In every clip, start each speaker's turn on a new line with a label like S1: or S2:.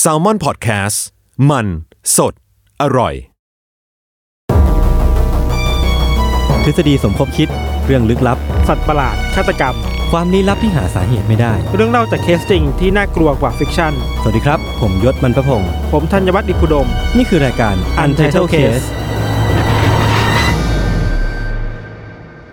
S1: แซลมอนพอดแคสต์มันสดอร่อย
S2: ทฤษฎีสมคบคิดเรื่องลึกลับ
S3: สัตว์ประหลาดฆาตกรรม
S2: ความลี้ลับที่หาสาเหตุไม่ได้
S3: เรื่องเล่าจากเคสจริงที่น่ากลัวกว่าฟิกชั่น
S2: สวัสดีครับ ผมยศมันประพงศ์
S3: ผมธัญวัฒน์อิพุดม
S2: นี่คือรายการ Untitled Case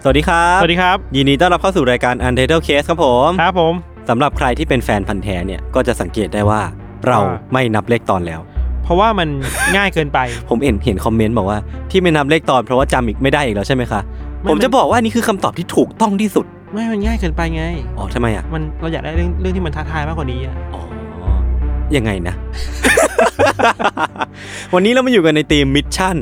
S2: สวัสดีครับ
S3: สวัสดีครับ
S2: ยินดีต้อนรับเข้าสู่รายการ Untitled Case ครับผม
S3: ครับผม
S2: สำหรับใครที่เป็นแฟนพันธ์แท้เนี่ยก็จะสังเกตได้ว่าเรา
S3: ว่า
S2: ไม่นับเลขตอนแล้ว
S3: เพราะว่ามัน ง่ายเกินไป
S2: ผมเห็นเห็นคอมเมนต์บอกว่าที่ไม่นับเลขตอนเพราะว่าจำอีกไม่ได้อีกแล้วใช่ไหมคะ
S3: ไม่
S2: ผมจะบอกว่านี่คือคำตอบที่ถูกต้องที่สุด
S3: ไม่มันง่ายเกินไปไง
S2: อ๋อทำไมอ่ะ
S3: มันเราอยากได้เรื่องเรื่องที่มันท้าทายมากกว่านี้อะ
S2: อ๋อยังไงนะ วันนี้เรามาอยู่กันในทีมมิชชั่น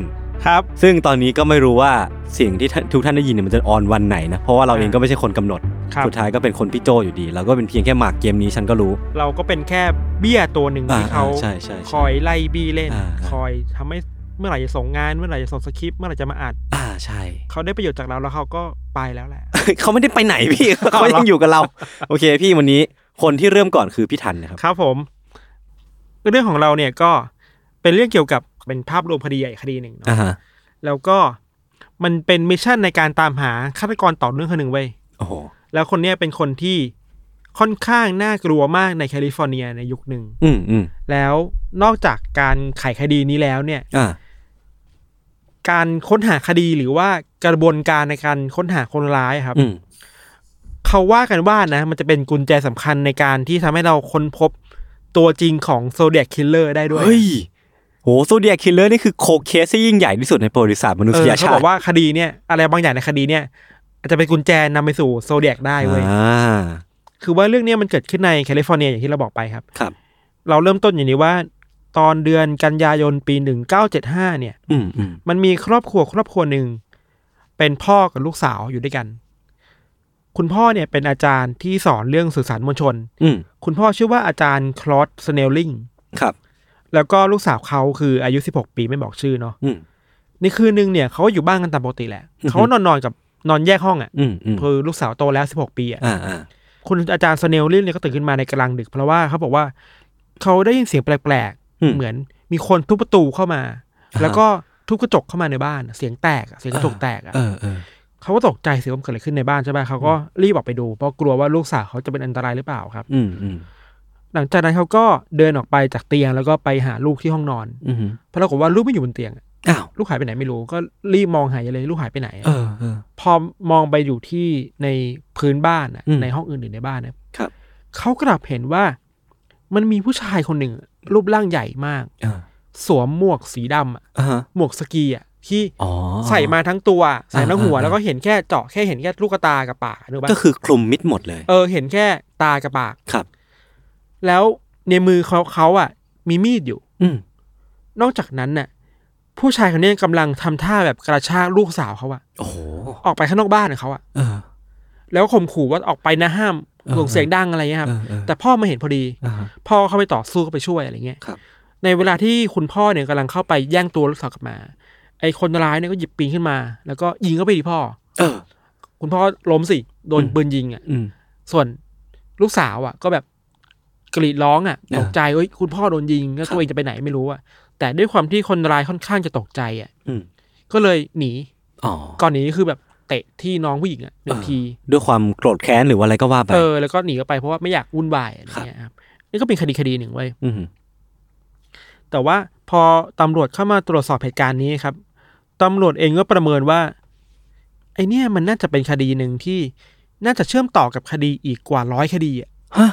S3: ครับ
S2: ซึ่งตอนนี้ก็ไม่รู้ว่าเสียงที่ท่านทุกท่านได้ยินเนี่ยมันจะออนวันไหนนะเพราะว่าเราเองก็ไม่ใช่คนกำหนด
S3: ครับ
S2: สุดท้ายก็เป็นคนพี่โจอยู่ดีเราก็เป็นเพียงแค่หมากเกมนี้ฉันก็รู้
S3: เราก็เป็นแค่เบี้ยตัวหนึ่ง
S2: อ่า
S3: ที่เขา
S2: อ่าใช่ใช่ใช่
S3: คอยไล่บี้เล่น
S2: อ่า
S3: คอยทำให้เมื่อไหร่จะส่งงานเมื่อไหร่จะส่งสคริปต์เมื่อไหร่จะมาอัด
S2: อ่าใช่
S3: เขาได้ประโยชน์จากเราแล้วเขาก็ไปแล้วแหละ
S2: เขาไม่ได้ไปไหน พี่ เขายังอยู่กับเรา โอเค พี่วันนี้คนที่เริ่มก่อนคือพี่ทันนะครับ
S3: ครับผม เรื่องของเราเนี่ยก็เป็นเรื่องเกี่ยวกับเป็นภาพรวมคดีใหญ่คดีหนึ่งเนาะ
S2: อ่าฮะ
S3: แล้วก็มันเป็นมิชชั่นในการตามหาฆาตกรต่อเนื่องคนหนึ่งเว้ย
S2: โอ้โห
S3: แล้วคนเนี้ยเป็นคนที่ค่อนข้างน่ากลัวมากในแคลิฟอร์เนียในยุคหนึ่ง
S2: อืมอืม
S3: แล้วนอกจากการไขคดีนี้แล้วเนี่ย
S2: อ่า
S3: การค้นหาคดีหรือว่ากระบวนการในการค้นหาคนร้ายอะครับ
S2: อืม
S3: เขาว่ากันว่านะ มันจะเป็นกุญแจสำคัญในการที่ทำให้เราค้นพบตัวจริงของโซเดีย k คิลเลอร์ได้ด้วย
S2: เฮ้ยโหโซเดียคิลเลอร์นี่คือโคเคสที่ยิ่งใหญ่ที่สุดในประวัติศาสตร์มนุ
S3: เอ
S2: ษ
S3: อย เขา
S2: ชา
S3: บอ
S2: ติ
S3: กว่าคดีเนี่ยอะไรบางอย่างในคดีเนี่ยอาจจะเป็นกุญแจนำไปสู่โซเดียกได้เว้ย
S2: อ่า
S3: คือว่าเรื่องเนี้ยมันเกิดขึ้นในแคลิฟอร์เนียอย่างที่เราบอกไปครับ
S2: ครับ
S3: เราเริ่มต้นอย่างนี้ว่า ตอนเดือนกันยายนปี 1975 เนี่ย
S2: อืมอืม
S3: มันมีครอบครัวครอบครัวหนึ่ง เป็นพ่อกับลูกสาวอยู่ด้วยกัน คุณพ่อเนี่ยเป็นอาจารย์ที่สอนเรื่องสื่อสารมวลชน
S2: อืม
S3: คุณพ่อชื่อว่าอาจารย์คลอสสเนลลิง
S2: ครับ
S3: แล้วก็ลูกสาวเขาคืออายุ 16 ปีไม่บอกชื่อเนาะ
S2: อืม
S3: ในคืนนึงเนี่ยเขาก็อยู่บ้านกันตามปกติแหละ
S2: อือฮึ
S3: เขานอนนอนๆกับนอนแยกห้องอะ่ะ
S2: อืมอืม
S3: คือลูกสาวโตแล้ว 16 ปีอ่ะ
S2: อ่าอ่า
S3: คุณอาจารย์สเนลลินเนี่ยก็ตื่นขึ้นมาในกลางดึก เพราะว่าเขาบอกว่าเขาได้ยินเสียงแปลก
S2: อืม
S3: ๆ เหมือนมีคนทุบประตูเข้ามา
S2: อ่าฮะ
S3: แล้วก็ทุบกระจกเข้ามาในบ้านเสียงแตกอะเสียงกระจกแตกอะ
S2: เออเออ
S3: เขาก็ตกใจเสียงว่ามันเกิดอะไรขึ้นในบ้านใช่ไหมเขาก็รีบออกไปดูเพราะกลัวว่าลูกสาวเขาจะเป็นอันตรายหรือเปล่าครับ
S2: อืมอืม
S3: หลังจากนั้นเขาก็เดินออกไปจากเตียงแล้วก็ไปหาลูกที่ห้องนอน
S2: อืม
S3: ปรากฏว่าลูกไม่อยู่บนเตียงอะ
S2: อ้าว
S3: ลูกหายไปไหนไม่รู้ก็รีบมองหายเลยลูกหายไปไหนอะ
S2: เออเออ
S3: พอมองไปอยู่ที่ในพื้นบ้านอะ
S2: อืม
S3: ในห้องอื่นๆในบ้านนะ
S2: ครับ
S3: เขากลับเห็นว่ามันมีผู้ชายคนหนึ่ง รูปร่างใหญ่มาก
S2: อ่า
S3: สวมหมวกสีดำอะ
S2: อ่าฮะ
S3: หมวกสกีอ่ะที่
S2: อ๋อ
S3: ใส่มาทั้งตัวใส่ทั้งหัว
S2: อ่า
S3: แล้วก็เห็นแค่เจาะแค่เห็นแค่ลูกตากับปากนึกว่า
S2: ก็คือคลุมมิดหมดเลย
S3: เออเห็นแค่ตากับปาก
S2: ครับ
S3: แล้วในมือเขาเขาอ่ะ มีมีดอยู่
S2: อืม
S3: นอกจากนั้นน่ะ ผู้ชายคนนี้กำลังทำท่าแบบกระชากลูกสาวเขาอ่ะ
S2: โอ้โห
S3: ออกไปข้างนอกบ้านของเขาอ่ะ
S2: เออ
S3: แล้วข่มขู่ว่าออกไปนะห้าม
S2: เออ
S3: ส่งเสียงดังอะไรเงี้ยครั
S2: เอ
S3: บ
S2: อเออ
S3: แต่พ่อมาเห็นพอดี
S2: อ่าฮะ
S3: พ่อเข้าไปต่อสู้ก็ไปช่วยอะไรเงี้ย
S2: ครับ
S3: ในเวลาที่คุณพ่อเนี่ยกำลังเข้าไปแย่งตัวลูกสาวกลับมา ไอ้คนร้ายเนี่ยก็หยิบปืนขึ้นมา แล้วก็ยิงเข้าไปที่พ่อ
S2: เออ
S3: คุณพ่อล้มสิ โดน
S2: อืม
S3: ปืนยิงอ่ะ
S2: อืม
S3: ส่วนลูกสาวอ่ะ ก็แบบกรีดร้องอ่ะ
S2: อ่า
S3: ตกใจเอ้ย คุณพ่อโดนยิง แล้ว
S2: ครับ
S3: ตัวเองจะไปไหนไม่รู้อ่ะ แต่ด้วยความที่คนร้ายค่อนข้างจะตกใจอ่ะ
S2: อืม
S3: ก็เลยหนี
S2: อ๋อ
S3: ก่อนหนีก็คือแบบเตะที่น้องผู้หญิงอ่ะหนึ่ง
S2: อ่า
S3: ที
S2: ด้วยความโกรธแค้นหรือว่าอะไรก็ว่าไป
S3: เออ แล้วก็หนีออกไปเพราะว่าไม่อยากวุ่นวายอะไรเงี้ยครับ นี่ก็เป็นคดีคดีหนึ่งเว้ย
S2: อืม
S3: แต่ว่าพอตำรวจเข้ามาตรวจสอบเหตุการณ์นี้ครับ ตำรวจเองก็ประเมินว่า ไอเนี่ยมันน่าจะเป็นคดีหนึ่งที่น่าจะเชื่อมต่อกับคดีอีกกว่าร้อยคดีอะ
S2: ฮะ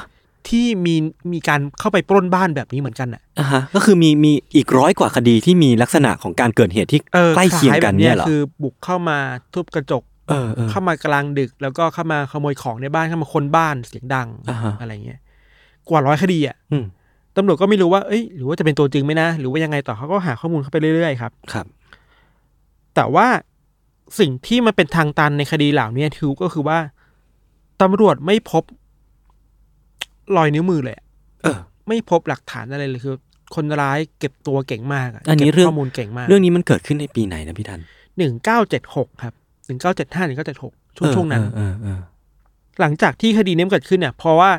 S3: ที่มีมีการเข้าไปปล้นบ้านแบบนี้เหมือนกันอ่ะ
S2: อ่าฮะ ก็คือมีมีอีกร้อยกว่าคดีที่มีลักษณะของการเกิดเหตุที่
S3: เออ
S2: ใกล้เคียงกันเนี่ยเหรอ
S3: คือบุกเข้ามาทุบกระจก
S2: เออเออ
S3: เข้ามากลางดึก แล้วก็เข้ามาขโมยของในบ้านเข้ามาคนบ้านเสียงดัง
S2: อ่าฮะ
S3: อะไรเงี้ยกว่าร้อยคดีอ่ะ
S2: อืม
S3: ตำรวจก็ไม่รู้ว่าเอ้ยหรือว่าจะเป็นตัวจริงไหมนะหรือว่ายังไงต่อเขาก็หาข้อมูลเข้าไปเรื่อยๆครับ
S2: ครับ
S3: แต่ว่าสิ่งที่มันเป็นทางตันในคดีเหล่านี้คือก็คือว่าตำรวจไม่พบรอยนิ้วมือเลยอะ
S2: เออ
S3: ไม่พบหลักฐานอะไรเลยคือ คนร้ายเก็บตัวเก่งมากะ
S2: อันนี้
S3: ก็บ
S2: เรื่อง
S3: ข้อมูลเก่งมาก
S2: เรื่องนี้มันเกิดขึ้นในปีไหนนะพี่ทัน
S3: หนึ่งเก้าเจ็ดหกครับหนึ่งเก้าเจ็ดห้าหนึ่งเก้าเจ็ดหกช่วง
S2: เออ
S3: ช่วงนั้น
S2: เออเออเออ
S3: หลังจากที่คดีนี้มันเกิดขึ้นเนี่ยเพราะว่า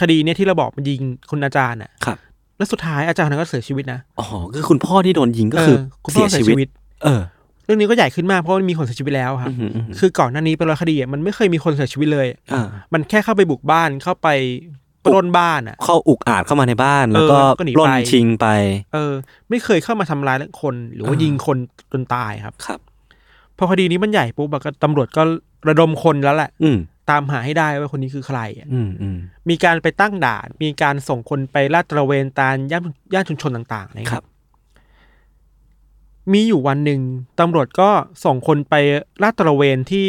S3: คดีเนี่ยที่เราบอกมันยิงคุณอาจารย์อ่ะ
S2: ครับ
S3: แล้วสุดท้ายอาจารย์คนนั้นก็เสียชีวิตนะ
S2: อ๋อคือคุณพ่อที่โดนยิงก็คือ
S3: เคุณพ่
S2: เสี
S3: อย เสีย
S2: ชี
S3: ชี
S2: วิ
S3: วิ
S2: ต
S3: ต
S2: เออ
S3: เรื่องนี้ก็ใหญ่ขึ้นมากเพราะมันมีคนเสียชีวิตแล้ว
S2: อ
S3: ครับ
S2: มอืม
S3: คือก่อนหน้านี้เป็นร้อยคดีอะมันไม่เคยมีคนเสียชีวิตเลย
S2: อ่า
S3: มันแค่เข้าไปบุกบ้านเข้าไปปล้นบ้านอ่ะ
S2: เข้าอุกอาจเข้ามาในบ้าน แล้วก็
S3: เออก็หนีไป
S2: ปล้นชิงไป
S3: เออ ไม่เคยเข้ามาทำร้ายคนหรือว่า
S2: อ่ายิ
S3: ยิงคนจนตายครับ
S2: ครับ
S3: พอคดีนี้มันใหญ่ปุ๊บอะก็ตำรวจก็ระดมคนแล้วแหละ
S2: อืม
S3: ตามหาให้ได้ว่าคนนี้คือใครอะ
S2: อืมอืม
S3: มีการไปตั้งด่าน มีการส่งคนไปลาดตระเวนตามย่านย่านชุมชนต่างๆนะค
S2: ครั
S3: รับ
S2: บ
S3: มีอยู่วันหนึ่งตำรวจก็ส่งคนไปลาดตระเวนที่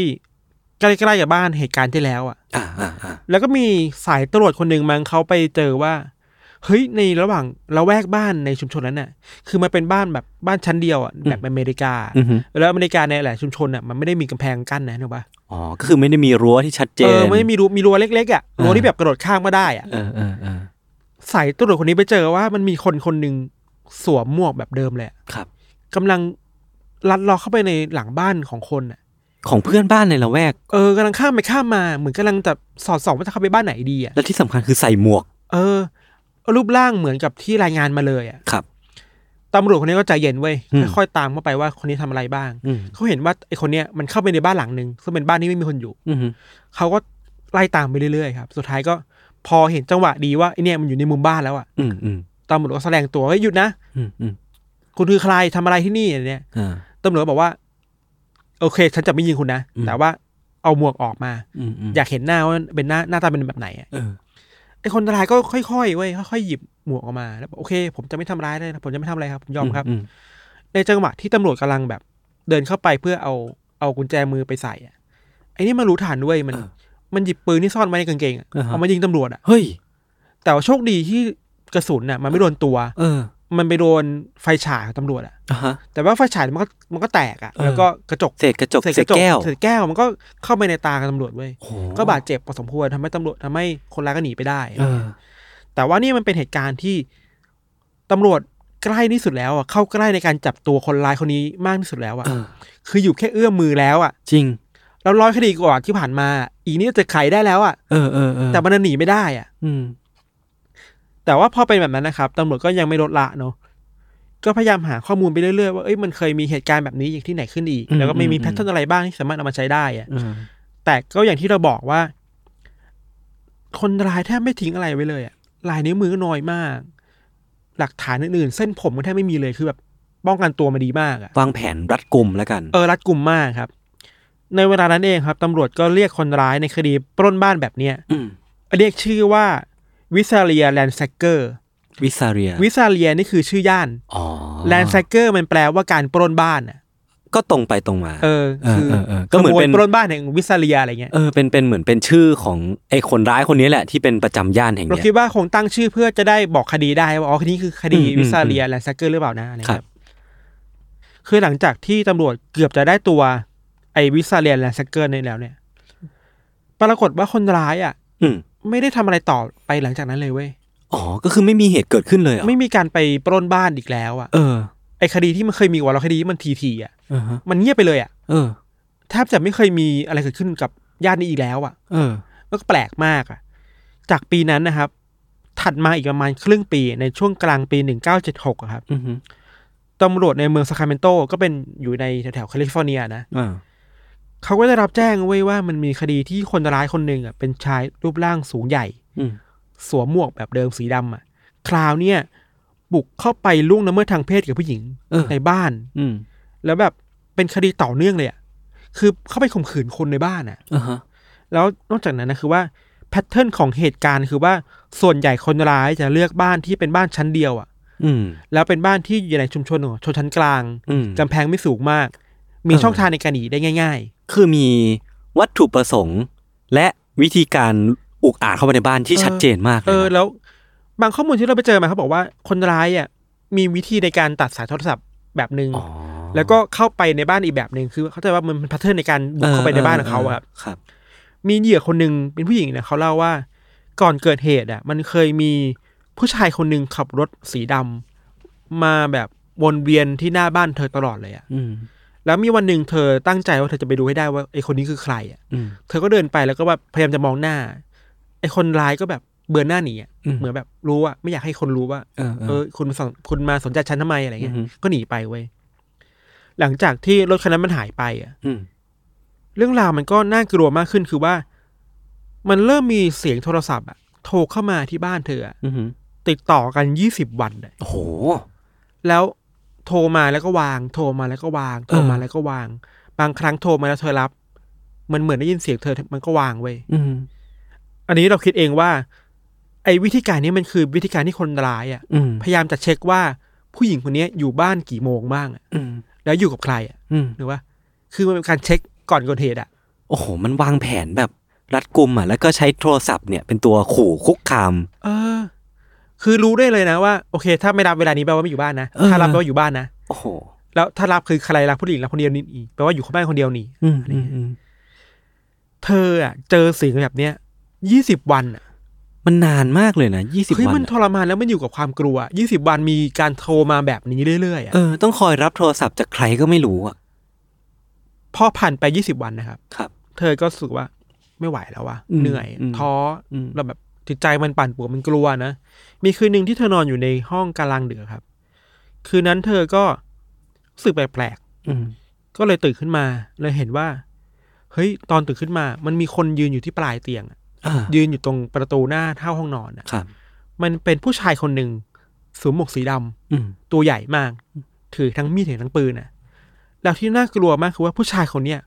S3: ใกล้ๆกับบ้านเหตุการณ์ที่แล้วอ่ะ
S2: อ่าอ่าอ่า
S3: แล้วก็มีสายตรวจคนหนึ่งมั้งเขาไปเจอว่า เฮ้ยในระหว่างละแวกบ้านในชุมชนนั้นน่ะ คือมันเป็นบ้านแบบบ้านชั้นเดียวอ่ะแบบอเมริกา
S2: อือหือ
S3: แล้วอเมริกาในหลายชุมชนอ่ะมันไม่ได้มีกำแพงกั้นนะนึกว่า
S2: อ๋อก็คือไม่ได้มีรั้วที่ชัดเจ
S3: เอน อไม่ได้มีรั้วมีรั้วเล็กๆอ่ะรั้วที่แบบกระโดดข้ามก็ได้อ่ะ
S2: เออเออเออ
S3: สายตรวจคนนี้ไปเจอว่ามันมีคนคนหนึ่งสวมหมวกแบบเดิมเลยอะ
S2: ครับ
S3: กำลังลัดเลอเข้าไปในหลังบ้านของคนอ่ะ
S2: ของเพื่อนบ้านในละแวก
S3: เออกำลังข้ามไปข้ามมาเหมือนกำลังจะสอดส่องว่าจะเข้าไปบ้านไหนดีอ่ะ
S2: และที่สำคัญคือใส่หมวก
S3: เออ รูปร่างเหมือนกับที่รายงานมาเลยอ่ะ
S2: ครับ
S3: ตำรวจคนนี้ก็ใจเย็นเว้ย
S2: อืม
S3: ค่อยๆตามเข้าไปว่าคนนี้ทำอะไรบ้าง
S2: อืม
S3: เขาเห็นว่าไอคนเนี้ยมันเข้าไปในบ้านหลังหนึ่งซึ่งเป็นบ้านที่ไม่มีคนอยู่
S2: อืม
S3: เขาก็ไล่ตามไปเรื่อยๆครับ สุดท้ายก็พอเห็นจังหวะดีว่าไอเนี่ยมันอยู่ในมุมบ้านแล้วอะ
S2: อืมอืม
S3: ตำรวจก็แสดงตัวเฮ้ยหยุดนะ
S2: อืมอืม
S3: คุณคือใครทำอะไรที่นี่อะไรเนี่ย
S2: อ่า
S3: ตำรวจบอกว่า โอเค ฉันจะไม่ยิงคุณนะ
S2: อืม
S3: แต่ว่าเอาหมวกออกมา
S2: อืม
S3: อยากเห็นหน้าว่าเป็นหน้าหน้าตาเป็นแบบไหนอะ
S2: เออ
S3: ไอคนร้ายก็ค่อยๆเว้ยค่อยๆหยิบหมวกออกมาแล้วบอกโอเค ผมจะไม่ทำร้ายเลยนะผมจะไม่ทำอะไรครับผมยอมครับ
S2: อืม
S3: ในจังหวะที่ตำรวจกำลังแบบ เดินเข้าไปเพื่อเอาเอากุญแจมือไปใส่อะไอ้นี่มันรู้ฐานด้วยมัน
S2: เออ
S3: มันหยิบปืนที่ซ่อนไว้ในกางเกงอะ
S2: อ่าฮะ
S3: เอามายิงตำรวจอะ
S2: เฮ้ย
S3: แต่ว่าโชคดีที่กระสุนน่ะ มันไม่โดนตัว
S2: เออ
S3: มันไปโดนไฟฉายของตำรวจอะ
S2: อ่ะฮะ
S3: แต่ว่าไฟฉายมันก็มันก็แตกอะ
S2: เออ
S3: แล้วก็กระจก
S2: เศษกระจกเศษแก้ว
S3: เศษแก้วมันก็เข้าไปในตากับตำรวจเว้ย
S2: โอ้โห
S3: ก็บาดเจ็บพอสมควรทำให้ตำรวจทำให้คนร้ายก็หนีไปได้
S2: เออ
S3: แต่ว่านี่มันเป็นเหตุการณ์ที่ตำรวจใกล้ที่สุดแล้วอะเข้าใกล้ในการจับตัวคนร้ายคนนี้มากที่สุดแล้วอะ
S2: เออ
S3: คืออยู่แค่เอื้อมมือแล้วอะ่ะ
S2: จริง
S3: แล้วร้อยคดีกว่าที่ผ่านมา อีนี่จะไขได้แล้วอะ่ะ
S2: เออเออเออ
S3: แต่มันหนีไม่ได้อะ่ะ
S2: อืม
S3: แต่ว่าพอเป็นแบบนั้นนะครับตำรวจก็ยังไม่ลดละเนาะก็พยายามหาข้อมูลไปเรื่อยๆว่าเอ้ยมันเคยมีเหตุการณ์แบบนี้อีกที่ไหนขึ้นอีก แล้วก็ไม่มีแพทเทิร์นอะไรบ้างที่สามารถเอามาใช้ได้อะ่ะ
S2: เออ
S3: แต่ก็อย่างที่เราบอกว่า คนร้ายแทบไม่ทิ้งอะไรไว้เลยอะ่ะลายนิ้วมือก็น้อยมาก หลักฐานอื่นๆ เส้นผมก็แทบไม่มีเลยคือแบบป้องกันตัวมาดีมากอ่ะ
S2: วางแผนรัดกลุ่มแล้วกัน
S3: เออรัดกุมมากครับ ในเวลานั้นเองครับตำรวจก็เรียกคนร้ายในคดีปล้นบ้านแบบเนี้ย
S2: อืม
S3: เรียกชื่อว่าวิซาเลียแลนด์แซกเกอร์
S2: วิซาเรีย
S3: วิซาเลียนี่คือชื่อย่าน
S2: อ๋อ
S3: แลนด์แซกเกอร์มันแปลว่าการปล้นบ้านอ่ะ
S2: ก็ตรงไปตรงมา
S3: เออคือ
S2: เออเออเออก็เหมือนเป็น
S3: ขโยปล้นบ้านแห่งวิซาเลียอะไรเงี้ย
S2: เออเป็นเป็นเหมือนเป็นชื่อของไอ้คนร้ายคนนี้แหละที่เป็นประจำย่านแห่ง
S3: เรา
S2: เนี้ย
S3: คิดว่าคงตั้งชื่อเพื่อจะได้บอกคดีได้ว่าอ๋อคดีนี้คือคดี
S2: อืมอืม
S3: วิซาเลียแลนด์แซกเกอร์หรือเปล่านะอะไร
S2: ครั
S3: เงี้
S2: บ
S3: ยคือหลังจากที่ตำรวจเกือบจะได้ตัวไอ้วิซาเลียแลนด์แซกเกอร์นี่แล้วเนี่ย ปรากฏว่าคนร้ายอ่ะ
S2: อืม
S3: ไม่ได้ทำอะไรต่อไปหลังจากนั้นเลยเว้ย
S2: อ๋อก็คือไม่มีเหตุเกิดขึ้นเลยเหรอ
S3: ไม่มีการไปปล้นบ้านอีกแล้วอ่ะ
S2: เออ
S3: ไอคดีที่มันเคยมีว่าเราคดีมันทีทีอ่ะ
S2: เออฮะ
S3: มันเงียบไปเลยอ่ะ
S2: เออ
S3: แทบจะไม่เคยมีอะไรเกิดขึ้นกับญาตินี้อีกแล้วอ่ะ
S2: เออ
S3: มันก็แปลกมากอ่ะ จากปีนั้นนะครับ ถัดมาอีกประมาณครึ่งปีในช่วงกลางปี 1976อะครับ
S2: อือฮึ
S3: ตำรวจในเมืองซาคราเมนโตก็เป็นอยู่ในแถวๆแคลิฟอร์เนียนะ
S2: อ่า
S3: เขาก็ได้รับแจ้งเว้ยว่ามันมีคดีที่คนร้ายคนหนึ่งอ่ะเป็นชายรูปร่างสูงใหญ่
S2: อืม
S3: สวมหมวกแบบเดิมสีดำอ่ะ คราวเนี่ยบุกเข้าไปล่วงละเมิดทางเพศกับผู้หญิง
S2: เออ
S3: ในบ้าน
S2: อืม
S3: แล้วแบบเป็นคดีต่อเนื่องเลยอ่ะ คือเข้าไปข่มขืนคนในบ้านอ่ะ
S2: อ่าฮะ
S3: แล้วนอกจากนั้นนะคือว่าแพทเทิร์นของเหตุการณ์คือว่าส่วนใหญ่คนร้ายจะเลือกบ้านที่เป็นบ้านชั้นเดียวอ่ะ
S2: อืม
S3: แล้วเป็นบ้านที่อยู่ในชุมชนของชนชั้นกลาง
S2: อืม
S3: กำแพงไม่สูงมาก มี
S2: เออ
S3: ช่องทางในการหนีได้ง่าย
S2: คือมีวัตถุประสงค์ และวิธีการอุกอาจเข้าไปในบ้านที่
S3: เออ
S2: ชัดเจนมากเล
S3: ๆ เอย อ
S2: นะ
S3: แล้วบางข้อมูลที่เราไปเจอมาเขาบอกว่าคนร้ายอ่ะมีวิธีในการตัดสายโทรศัพท์แบบหนึ่ง
S2: อ๋อ
S3: แล้วก็เข้าไปในบ้านอีกแบบหนึ่งคือเข้าใจว่ามันเป็นแพทเทิร์นในการบุกเข้าไปในบ้านของเขาอะครับ
S2: ครับ
S3: มีเหยื่อคนหนึ่งเป็นผู้หญิงนะเขาเล่าว่า ก่อนเกิดเหตุอ่ะ มันเคยมีผู้ชายคนหนึ่งขับรถสีดำมาแบบวนเวียนที่หน้าบ้านเธอตลอดเลยอ่ะ
S2: อืม
S3: แล้วมีวันหนึ่งเธอตั้งใจว่าเธอจะไปดูให้ได้ว่าไอคนนี้คือใครอ่ะ
S2: อืม
S3: เธอก็เดินไปแล้วก็แบบพยายามจะมองหน้าไอคนร้ายก็แบบ เบือนหน้าหนีอะ
S2: อืม
S3: เหมือนแบบรู้ว่าไม่อยากให้คนรู้ว่า
S2: เออ
S3: เออคุณมาสนคุณมาสนใจฉันทำไมอะไรเงี้ย
S2: อือฮึ
S3: ก็หนีไปเว้ยหลังจากที่รถคันนั้นมันหายไปอ่ะ
S2: อืม
S3: เรื่องราวมันก็น่ากลัวมากขึ้นคือว่า มันเริ่มมีเสียงโทรศัพท์อะโทรเข้ามาที่บ้านเธออะ
S2: อืม
S3: ติดต่อกันยี่สิบวันอะ
S2: โอ้โห
S3: แล้วโทรมาแล้วก็วาง โทรมาแล้วก็วาง โทรมาแล้วก็วาง บางครั้งโทรมาแล้วเธอรับ มันเหมือนได้ยินเสียงเธอมันก็วางเว้ย
S2: อืม
S3: อันนี้เราคิดเองว่า ไอ้วิธีการนี้มันคือวิธีการที่คนร้ายอะ
S2: อืม
S3: พยายามจะเช็คว่าผู้หญิงคนนี้อยู่บ้านกี่โมงบ้างอะ
S2: อืม
S3: แล้วอยู่กับใครอะ
S2: อืม
S3: หรือว่า คือมันเป็นการเช็คก่อนเกิดเหตุอะ
S2: โอ้โห มันวางแผนแบบรัดกุมอ่ะ แล้วก็ใช้โทรศัพท์เนี่ยเป็นตัวขู่คุกคาม
S3: เออ คือรู้ได้เลยนะว่าโอเค ถ้าไม่รับเวลานี้แปลว่าไม่อยู่บ้านนะ
S2: เออ
S3: ถ้ารับแปลว่าอยู่บ้านนะ
S2: โอ้โห
S3: แล้วถ้ารับคือใครรับผู้หญิงรับคนเดียวนี่อีกแปลว่าอยู่คนบ้านคนเดียวนี่
S2: อืมอืมอืม
S3: เธออ่ะเจอสิ่งแบบเนี้ยยี่สิบวันอ่ะ
S2: มันนานมากเลยนะยี่สิบ
S3: เฮ้ย
S2: วั
S3: มัน นท
S2: อะ
S3: รมานแล้วมันอยู่กับความกลัวยี่สิบวันมีการโทรมาแบบนี้เรื่อยๆอ่ะ
S2: เออ ต้องคอยรับโทรศัพท์จากใครก็ไม่รู้อ่ะ
S3: พอผ่านไปยี่สิบวันนะครับ
S2: ครับ
S3: เธอก็รู้สึกว่าไม่ไหวแล้วว่ะ
S2: อืม
S3: เหนื่อย
S2: อืม
S3: ท้ออ
S2: ม
S3: แล้วแบบจิตใจมันปั่นป่วนมันกลัวนะมีคืนหนึ่งที่เธอนอนอยู่ในห้องกลางดึกอะครับ คืนนั้นเธอก็รู้สึกแปลกๆ
S2: อืม
S3: ก็เลยตื่นขึ้นมาเลยเห็นว่า เฮ้ย ตอนตื่นขึ้นมา มันมีคนยืนอยู่ที่ปลายเตียงอะ
S2: อ่า
S3: ยืนอยู่ตรงประตูหน้าเท่าห้องนอนอะ
S2: ครับ
S3: มันเป็นผู้ชายคนหนึ่งสวมหมวกสีดำ
S2: อืม
S3: ตัวใหญ่มาก ถือทั้งมีดถือทั้งปืนอะแล้วที่น่ากลัวมากคือว่าผู้ชายคนเนี้ย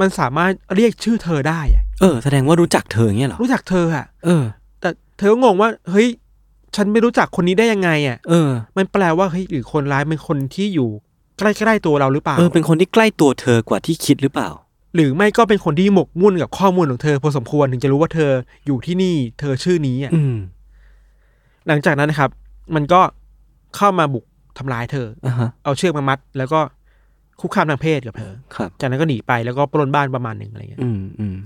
S3: มันสามารถเรียกชื่อเธอได้อะ
S2: เออ แสดงว่ารู้จักเธออย่างเงี้ยเหรอ
S3: รู้จักเธออะ
S2: เออ
S3: แต่เธอก็งงว่า เฮ้ย ฉันไม่รู้จักคนนี้ได้ยังไงอะ
S2: เออ
S3: มันแปลว่าเฮ้ยหรือคนร้ายเป็นคนที่อยู่ใกล้ๆตัวเราหรือเปล่า
S2: เออ เป็นคนที่ใกล้ตัวเธอกว่าที่คิดหรือเปล่า
S3: หรือไม่ก็เป็นคนที่หมกมุ่นกับข้อมูลของเธอพอสมควรถึงจะรู้ว่าเธออยู่ที่นี่ เธอชื่อนี้อ่ะ
S2: อืม
S3: หลังจากนั้นนะครับ มันก็เข้ามาบุกทำร้ายเธอ
S2: อ่าฮะ
S3: เอาเชือกมามัด แล้วก็คุกคามทางเพศกับเธอ
S2: ครับ
S3: จากนั้นก็หนีไปแล้วก็ปล้นบ้านประมาณหนึ่งอะไรเงี้ย
S2: อืมอืม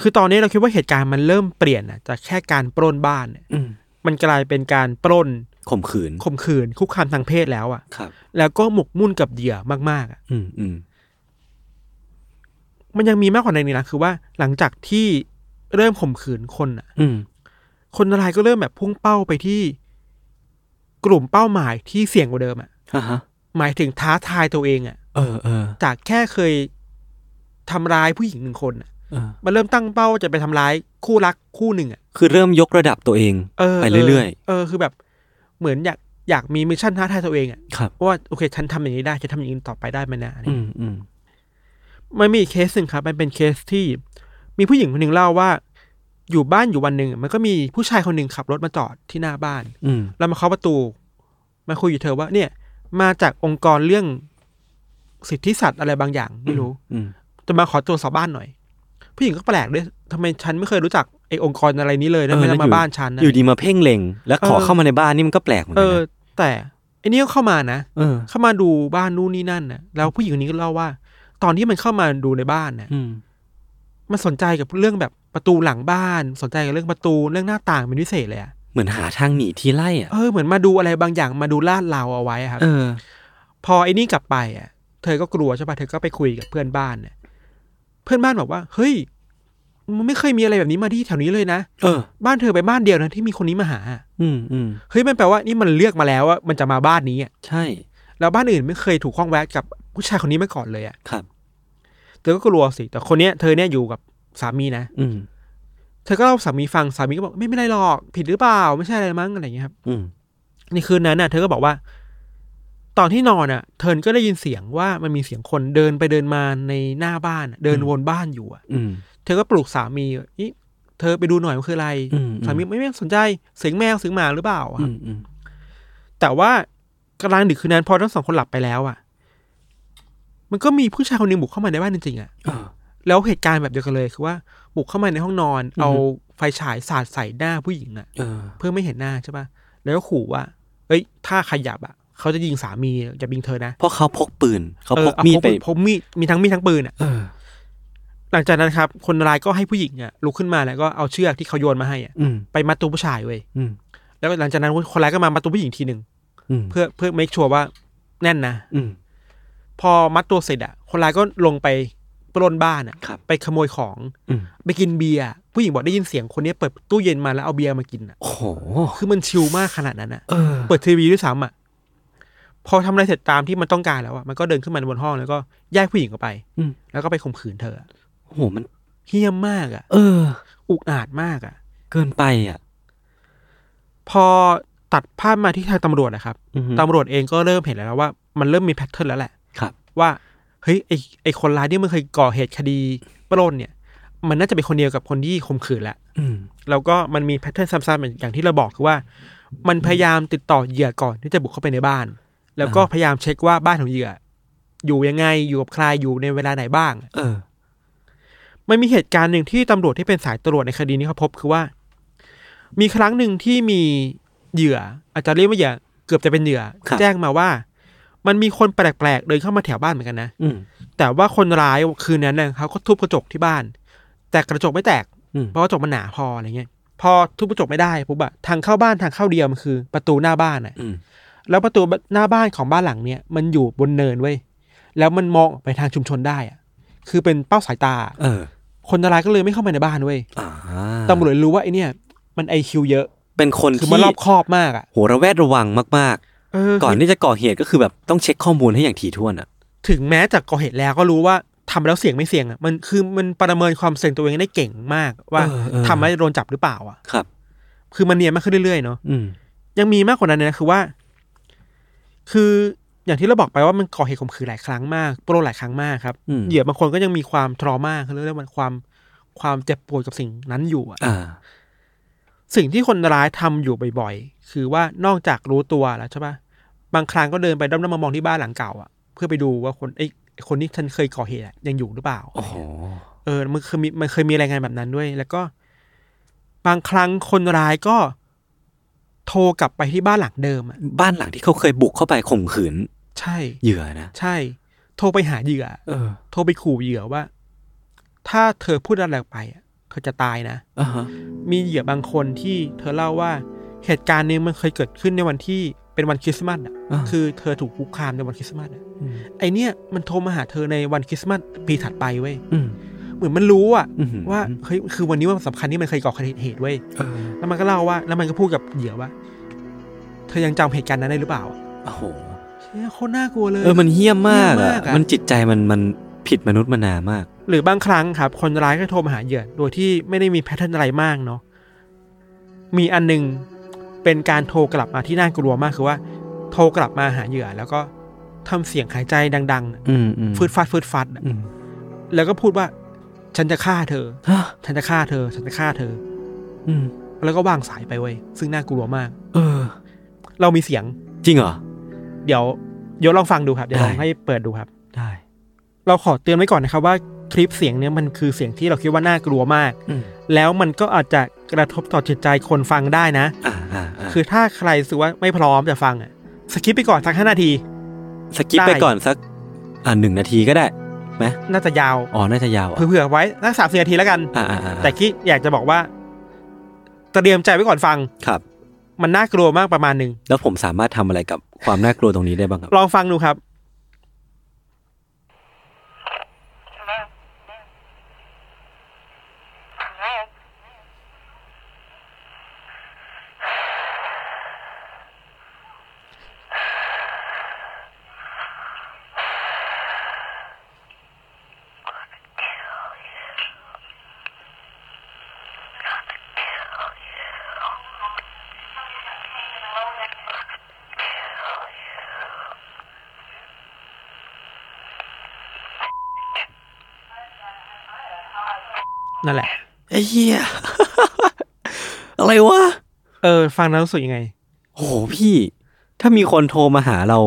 S3: คือตอนนี้เราคิดว่าเหตุการณ์มันเริ่มเปลี่ยนอ่ะจากแค่การปล้นบ้านเนี่ย
S2: อืม
S3: มันกลายเป็นการปล้น
S2: ข่มขืน
S3: ข่มขืน คุกคามทางเพศแล้วอ่ะ
S2: ครับ
S3: แล้วก็หมกมุ่นกับเหยื่อมากๆอ่ะ
S2: อืมอืม
S3: มันยังมีมากกว่านั้นอีกนะคือว่าหลังจากที่เริ่มข่มขืนคนอ่ะ
S2: อืม
S3: คนร้ายก็เริ่มแบบพุ่งเป้าไปที่ กลุ่มเป้าหมายที่เสี่ยงกว่าเดิมอะ่ะ
S2: อ่าฮะ
S3: หมายถึงท้าทายตัวเองอะ่ะ
S2: เออเออ
S3: จากแค่เคยทำร้ายผู้หญิงหนึ่งคนอะ
S2: เออ
S3: มันเริ่มตั้งเป้าจะไปทำร้ายคู่รักคู่หนึ่งอะ่ะ
S2: คือเริ่มยกระดับตัวเอง
S3: เออ
S2: ไปเรื่อย
S3: ๆเออคือแบบ เหมือนอยากอยากมีมิชชั่นท้าทายตัวเองอะ่ะ
S2: ครับ
S3: ว่าโอเค ฉันทำอย่างนี้ได้ฉันทำอย่างนี้ต่อไปได้ไหมนะอะไร
S2: อื
S3: เงี้ย
S2: มอืม
S3: มันมีอีกเคสหนึ่งครับ มันเป็นเคสที่มีผู้หญิงคนหนึ่งเล่าว่า อยู่บ้านอยู่วันหนึ่งมันก็มีผู้ชายคนหนึ่งขับรถมาจอดที่หน้าบ้าน
S2: อืม
S3: เรามาเคาะประตู มาคุยอยู่เธอว่า เนี่ย มาจากองค์กรเรื่องสิทธิสัตว์อะไรบางอย่าง ไม่รู้
S2: อืม
S3: จะมาขอตรวจสอบบ้านหน่อย ผู้หญิงก็แปลกด้วยทำไมฉันไม่เคยรู้จักไอ้องค์กรอะไรนี้เลย
S2: เอ
S3: นะ
S2: อ
S3: ไม่
S2: แล้
S3: ได้
S2: ว
S3: มาบ้านฉันนะ
S2: อยู่ดีมาเพ่งเล็ง แล้วขอ
S3: เออ
S2: เข้ามาในบ้านนี่มันก็แปลกเหมือน
S3: เอ
S2: กัน
S3: อ
S2: นะ
S3: แต่ไอ้นี่ก็เข้ามานะ
S2: เออ
S3: เข้ามาดูบ้านนู่นนี่นั่นนะแล้วผู้หญิงคนนี้ก็เล่าว่า ตอนที่มันเข้ามาดูในบ้านนะ
S2: อืม
S3: มันสนใจกับเรื่องแบบประตูหลังบ้าน สนใจกับเรื่องประตูเรื่องหน้าต่างเป็นพิเศษเลยอะ
S2: เหมือนหาทางหนีทีไล่อ่ะ
S3: เออเหมือนมาดูอะไรบางอย่างมาดูลาดเราเอาไว้อะครับ
S2: เออ
S3: พอไอ้นี่กลับไปอ่ะ เธอก็กลัวใช่ปะเธอก็ไปคุยกับเพื่อนบ้านเนี่ยเพื่อนบ้านบอกว่า เฮ้ย มันไม่เคยมีอะไรแบบนี้มาที่แถวนี้เลยนะ
S2: เออ
S3: บ้านเธอไปนบ้านเดียวนะที่มีคนนี้มาหา
S2: อืมอืม
S3: เฮ้ย มันแปลว่านี่มันเลือกมาแล้วว่ามันจะมาบ้านนี้อ่ะ
S2: ใช่
S3: แล้วบ้านอื่นไม่เคยถูกข้องแวะกับผู้ชายคนนี้มาก่อนเลยอ่ะ
S2: ครับ
S3: เธอก็กลัวสิ แต่คนเนี้ยเธอเนี่ยอยู่กับสามีนะ
S2: อืม
S3: เธอก็เล่าสามีฟัง สามีก็บอกไม่ไม่ได้หรอก ผิดหรือเปล่า ไม่ใช่อะไรมั้งอะไรอย่างเงี้ยครับ
S2: อืม
S3: ในคืนนั้นน่ะเธอก็บอกว่า ตอนที่นอนอ่ะ เธอก็ได้ยินเสียงว่ามันมีเสียงคนเดินไปเดินมาในหน้าบ้านอะเดินวนบ้านอยู่อ่ะ
S2: อืม
S3: เธอก็ปลุกสามีนี่เธอไปดูหน่อยมันคืออะไร
S2: อืมอืม
S3: สามีไม่ไม่สนใจเสียงแมวเสียงหมาหรือเปล่าอะ
S2: อื
S3: ครับ
S2: มอืม
S3: แต่ว่ากลางดึกคืนนั้นพอทั้งสองคนหลับไปแล้วอ่ะ มันก็มีผู้ชายคนหนึ่งบุกเข้ามาในบ้านจริงๆอ่ะ
S2: เออ
S3: แล้วเหตุการณ์แบบเดียวกันเลยคือว่าบุกเข้ามาในห้องนอน
S2: อืม
S3: เอาไฟฉายสาดใส่หน้าผู้หญิงอ่ะ
S2: เออ
S3: เพื่อไม่เห็นหน้าใช่ปะแล้วก็ขู่ว่า เอ้ย ถ้าขยับอ่ะ เขาจะยิงสามีจะยิงเธอนะ
S2: เพราะเขาพกปืน เขา
S3: ออ
S2: พกมีด
S3: อ
S2: ไป
S3: พกมีด มีทั้งมีดทั้งปืนอ่ะ
S2: เออ
S3: หลังจากนั้นครับ คนร้ายก็ให้ผู้หญิงอ่ะลุกขึ้นมาแล้วก็เอาเชือกที่เขาโยนมาให้อ่ะ
S2: อืม
S3: ไปมัดตัวผู้ชายเว้ย
S2: อืม
S3: แล้วหลังจากนั้นคนร้ายก็มามัดตัวผู้หญิงทีหนึ่ง
S2: อืม
S3: เพื่อเพื่อ make sure ว่าแน่นนะ
S2: อืม
S3: พอมัดตัวเสร็จอ่ะ คนร้ายก็ลงไป ปล้นบ้านอะ
S2: ครับ
S3: ไปขโมยของ
S2: อืม
S3: ไปกินเบียร์ผู้หญิงบอกได้ยินเสียงคนเนี้ยเปิดตู้เย็นมาแล้วเอาเบียร์มากินอะ
S2: โอ้โห
S3: คือมันชิลมากขนาดนั้นอะ
S2: เออ
S3: เปิดทีวีด้วยซ้ำอะพอทำอะไรเสร็จตามที่มันต้องการแล้วอะมันก็เดินขึ้นมาบนห้องแล้วก็แยกผู้หญิงออกไป
S2: อืม
S3: แล้วก็ไปข่มขืนเธออะ
S2: โอ้โหมัน
S3: เฮี้ยมมากอะ
S2: เออ
S3: อุกอาจมากอะ
S2: เกินไปอ่ะ
S3: พอตัดภาพมาที่ทางตำรวจนะครับ
S2: อือฮึ
S3: ตำรวจเองก็เริ่มเห็นแล้วว่ามันเริ่มมีแพทเทิร์นแล้วแหละ
S2: ครับ
S3: ว่าเฮ้ยไอไอคนร้ายที่มันเคยก่อเหตุคดีปล้นเนี่ย มันน่าจะเป็นคนเดียวกับคนที่ข่มขืนแหละ
S2: อืม
S3: แล้วก็มันมีแพทเทิร์นซ้ำๆอย่างอย่างที่เราบอกคือว่า มันพยายามติดต่อเหยื่อก่อนที่จะบุกเข้าไปในบ้าน แล้วก็พยายามเช็คว่าบ้านของเหยื่อ อยู่ยังไงอยู่กับใครอยู่ในเวลาไหนบ้าง
S2: เออ
S3: มันมีเหตุการณ์หนึ่งที่ตำรวจที่เป็นสายตรวจในคดีนี้เขาพบคือว่า มีครั้งหนึ่งที่มีเหยื่อ อาจจะเรียกว่าเหยื่อเกือบจะเป็นเหยื่อ
S2: ครับ
S3: แจ้งมาว่า มันมีคนแปลกๆเดินเข้ามาแถวบ้านเหมือนกันนะ
S2: อืม
S3: แต่ว่าคนร้ายคืนนั้นเน่ยเขาก็ทุบกระจกที่บ้าน แต่กระจกไม่แตก
S2: อืม
S3: เพราะกระจกมันหนาพออะไรเงี้ยพอทุบกระจกไม่ได้ปุ๊บอะทางเข้าบ้านทางเข้าเดียวมันคือ ประตูหน้าบ้านอะ
S2: อืม
S3: แล้วประตูหน้าบ้านของบ้านหลังเนี่ยมันอยู่บนเนินเว้ยแล้วมันมองออกไปทางชุมชนได้อะคือเป็นเป้าสายตา
S2: เออ
S3: คนร้ายก็เลยไม่เข้ามาในบ้านเว้ย
S2: อ่า
S3: ตำรวจเลยรู้ว่าไอเนี่ย มันไอคิวเยอะ
S2: เป็นคน
S3: คือ
S2: ที่
S3: มันรอบคอบมากอ่ะ
S2: โหระแวดระวังมากๆ ก่อนที่จะก่อเหตุก็คือแบบต้องเช็คข้อมูลให้อย่างถี่ถ้วนอ่ะ
S3: ถึงแม้จากก่อเหตุแล้วก็รู้ว่าทำแล้วเสี่ยงไม่เสี่ยงอ่ะมันคือมันประเมินความเสี่ยงตัวเองได้เก่งมาก ว่า
S2: เออเออ
S3: ทำแล้วจะโดนจับหรือเปล่าอ่ะ
S2: ครับ
S3: คือมันเนียนมากขึ้นเรื่อยๆเนาะ
S2: อืม
S3: ยังมีมากกว่านั้นเลยนะคือว่า คืออย่างที่เราบอกไปว่ามันก่อเหตุข่มขืนหลายครั้งมากปล้นหลายครั้งมากครับ
S2: อืม
S3: เหยื่อบางคนก็ยังมีความทรมาเขาเรียกว่าความความเจ็บปวดกับสิ่งนั้นอยู่อ่ะ
S2: อ่า
S3: สิ่งที่คนร้ายทำอยู่บ่อยๆ คือว่านอกจากรู้ตัวแล้วใช่ปะบางครั้งก็เดินไปด้อมๆมามองที่บ้านหลังเก่าอ่ะ เพื่อไปดูว่าคนไอ้ยคนที่ฉันเคยก่อเหตุอะยังอยู่หรือเปล่า
S2: โอ้โห
S3: เออ มันเคยมีมันเคยมีรายงานแบบนั้นด้วย แล้วก็ บางครั้งคนร้ายก็ โทรกลับไปที่บ้านหลังเดิมอ่ะ
S2: บ้านหลังที่เขาเคยบุกเข้าไปข่มขืน
S3: ใช่
S2: เหยื่อนะ
S3: ใช่ โทรไปหาเหยื่อ
S2: เออ
S3: โทรไปขู่เหยื่อว่า ถ้าเธอพูดอะไรออกไปอะเธอจะตายนะ
S2: อ่าฮะ
S3: มีเหยื่อบางคนที่เธอเล่าว่าเหตุการณ์หนึงมันเคยเกิดขึ้นในวันที่เป็นวันคริสต์มาสอ่ะ
S2: า
S3: คือเธอถูกคุกคามในวันคริสต์มาสอ่ะ
S2: ม
S3: ไอเนี่ยมันโทรมาหาเธอในวันคริสต์มาสปีถัดไปเว้ย
S2: อืม
S3: เหมือนมันรู้อ่ะ
S2: อืม
S3: ว่าเฮ้ยคือวันนี้วันสำคัญที่มันเคยก่อเหตุเว้ย
S2: เออ
S3: แล้วมันก็เล่าว่าแล้วมันก็พูดกับเหยื่อว่า เธอยังจำเหตุการณ์นั้นได้หรือเปล่า
S2: โอ้โห
S3: เชี่ยโคตรน่ากลัวเลย
S2: เออ มันเหี้ยมมาก
S3: เหี้
S2: อ่ะ
S3: ยมากอะ
S2: มันจิตใจมันมันผิดมนุษย์มานามาก
S3: หรือบางครั้งครับ คนร้ายก็โทรมาหาเหยื่อโดยที่ไม่ได้มีแพทเทิร์นอะไรมากเนาะมีอันหนึงเป็นการโทรกลับมาที่น่ากลัวมากคือว่า โทรกลับมาหาเหยื่อ แล้วก็ทำเสียงหายใจดัง
S2: อืมอืม
S3: ๆฟืดฟัดฟืดฟัดอะ
S2: อืม
S3: แล้วก็พูดว่า ฉันจะฆ่าเธอ
S2: ฮะ
S3: ฉันจะฆ่าเธอ ฉันจะฆ่าเธอ
S2: อืม
S3: แล้วก็วางสายไปเว้ยซึ่งน่ากลัวมาก
S2: เออ
S3: เรามีเสียง
S2: จริงเหรอ
S3: เดี๋ยวเดี๋ยวลองฟังดูครับเดี๋ยวลอง
S2: ได้
S3: ให้เปิดดูครับ
S2: ได้
S3: เราขอเตือนไว้ก่อนนะครับว่าคลิปเสียงเนี่ยมันคือเสียงที่เราคิดว่าน่ากลัวมาก
S2: อืม
S3: แล้วมันก็อาจจะกระทบต่อจิตใจคนฟังได้นะ
S2: อ่าอ่าอ่า
S3: คือถ้าใครรู้สึกว่าไม่พร้อมจะฟังอ่ะสกิปไปก่อนสักห้านาที
S2: สกิปไป
S3: ได้
S2: ก่อนสัก อ่าหนึ่งนาทีก็ได้ไหม
S3: น่าจะยาว
S2: อ๋อ น่าจะยาวอ่ะ
S3: เผื่อๆไว้สักสามสิบนาทีแล้วกัน
S2: อ่าอ่าอ่า
S3: แต่คิดอยากจะบอกว่าเตรียมใจไว้ก่อนฟัง
S2: ครับ
S3: มันน่ากลัวมากประมาณหนึ่ง
S2: แล้วผมสามารถทำอะไรกับความน่ากลัวตรงนี้ได้บ้างครับ
S3: ลองฟังดูครับ นั่นแหละ
S2: ไอ้เหี้ย อะไรวะ
S3: เออ ฟังแล้วรู้สึกยังไง
S2: โอ้โหพี่ ถ้ามีคนโทรมาหาเรา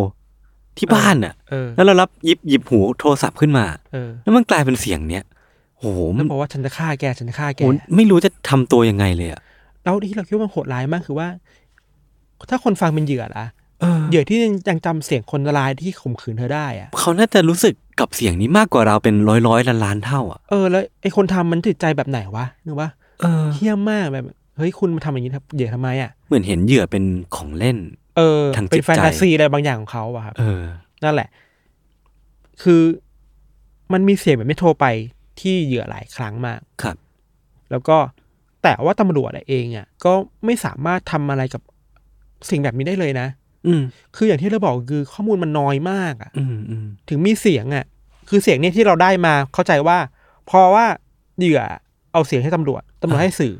S2: ที่บ้านอ่ะ
S3: เออ
S2: แล้วเรารับหยิบหยิบหูโทรศัพท์ขึ้นมา
S3: เออ
S2: แล้วมันกลายเป็นเสียงเนี้ยโอ้โห
S3: แล้
S2: มั
S3: วน บอกว่าฉันจะฆ่าแกฉันจะฆ่าแก
S2: โอ้โหไม่รู้จะทำตัวยังไงเลยอ่ะ
S3: แล้วที่เราคิดว่ามันโหดร้ายมากคือว่า ถ้าคนฟังเป็นเหยื่อละ
S2: เออ
S3: เหยื่อที่ยังจำเสียงคนร้ายที่ข่มขืนเธอได้อะ
S2: เขาน่าจะรู้สึกกับเสียงนี้มากกว่าเราเป็นร้อยร้อยล้านล้านๆเท่าอ่ะ
S3: เออแล้วไอ้คนทำมันจิตใจแบบไหนวะนึกว่า
S2: เออ
S3: เฮี้ยมมากแบบเฮ้ยคุณมาทำอย่างนี้ทับเหยื่อทำไมอ่ะ
S2: เหมือนเห็นเหยื่อเป็นของเล่น
S3: เออ
S2: ทางจิตใจ
S3: เป็นแฟนตาซีอะไรบางอย่างของเขาอะครับ
S2: เออ
S3: นั่นแหละ คือ มันมีเสียงแบบไม่โทรไปที่เหยื่อหลายครั้งมาก
S2: ครับ
S3: แล้วก็แต่ว่าตำรวจเองอ่ะก็ไม่สามารถทำอะไรกับสิ่งแบบนี้ได้เลยนะ
S2: อืม
S3: คืออย่างที่เราบอกคือข้อมูลมันน้อยมากอ่ะ
S2: อืมอืม
S3: ถึงมีเสียงอ่ะ คือเสียงเนี่ยที่เราได้มาเข้าใจว่า เพราะว่าเหยื่อเอาเสียงให้ตำรวจตำรวจให้สื่อ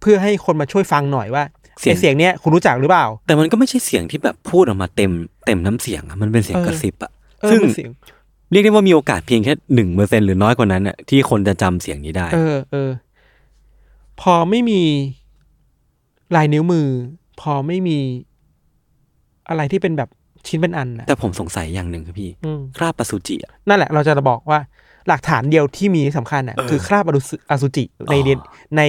S3: เพื่อให้คนมาช่วยฟังหน่อยว่า
S2: เสีย
S3: ไองเสียงเนี้ยคุณรู้จักหรือเปล่า
S2: แต่มันก็ไม่ใช่เสียงที่แบบพูดออกมาเต็มเต็มน้ำเสียงอะมันเป็นเสียง
S3: เออ
S2: กระซิบอะ
S3: เออ
S2: ซึ่ง
S3: มันเสียง
S2: เรียกได้ว่ามีโอกาสเพียงแค่หนึ่งเปอร์เซ็นหรือน้อยกว่านั้นอะที่คนจะจำเสียงนี้ได้
S3: เออเออ พอไม่มีลายนิ้วมือ พอไม่มีอะไรที่เป็นแบบชิ้นเป็นอันนะ
S2: แต่ผมสงสัยอย่างหนึ่งครับพี่
S3: อืม
S2: คราบปลาสุจิอะ
S3: นั่นแหละ เราจะบอกว่าหลักฐานเดียวที่มีสำคัญอ่ะ คือคราบอรุสุอสุจิใน
S2: อ๋อ
S3: เดนใน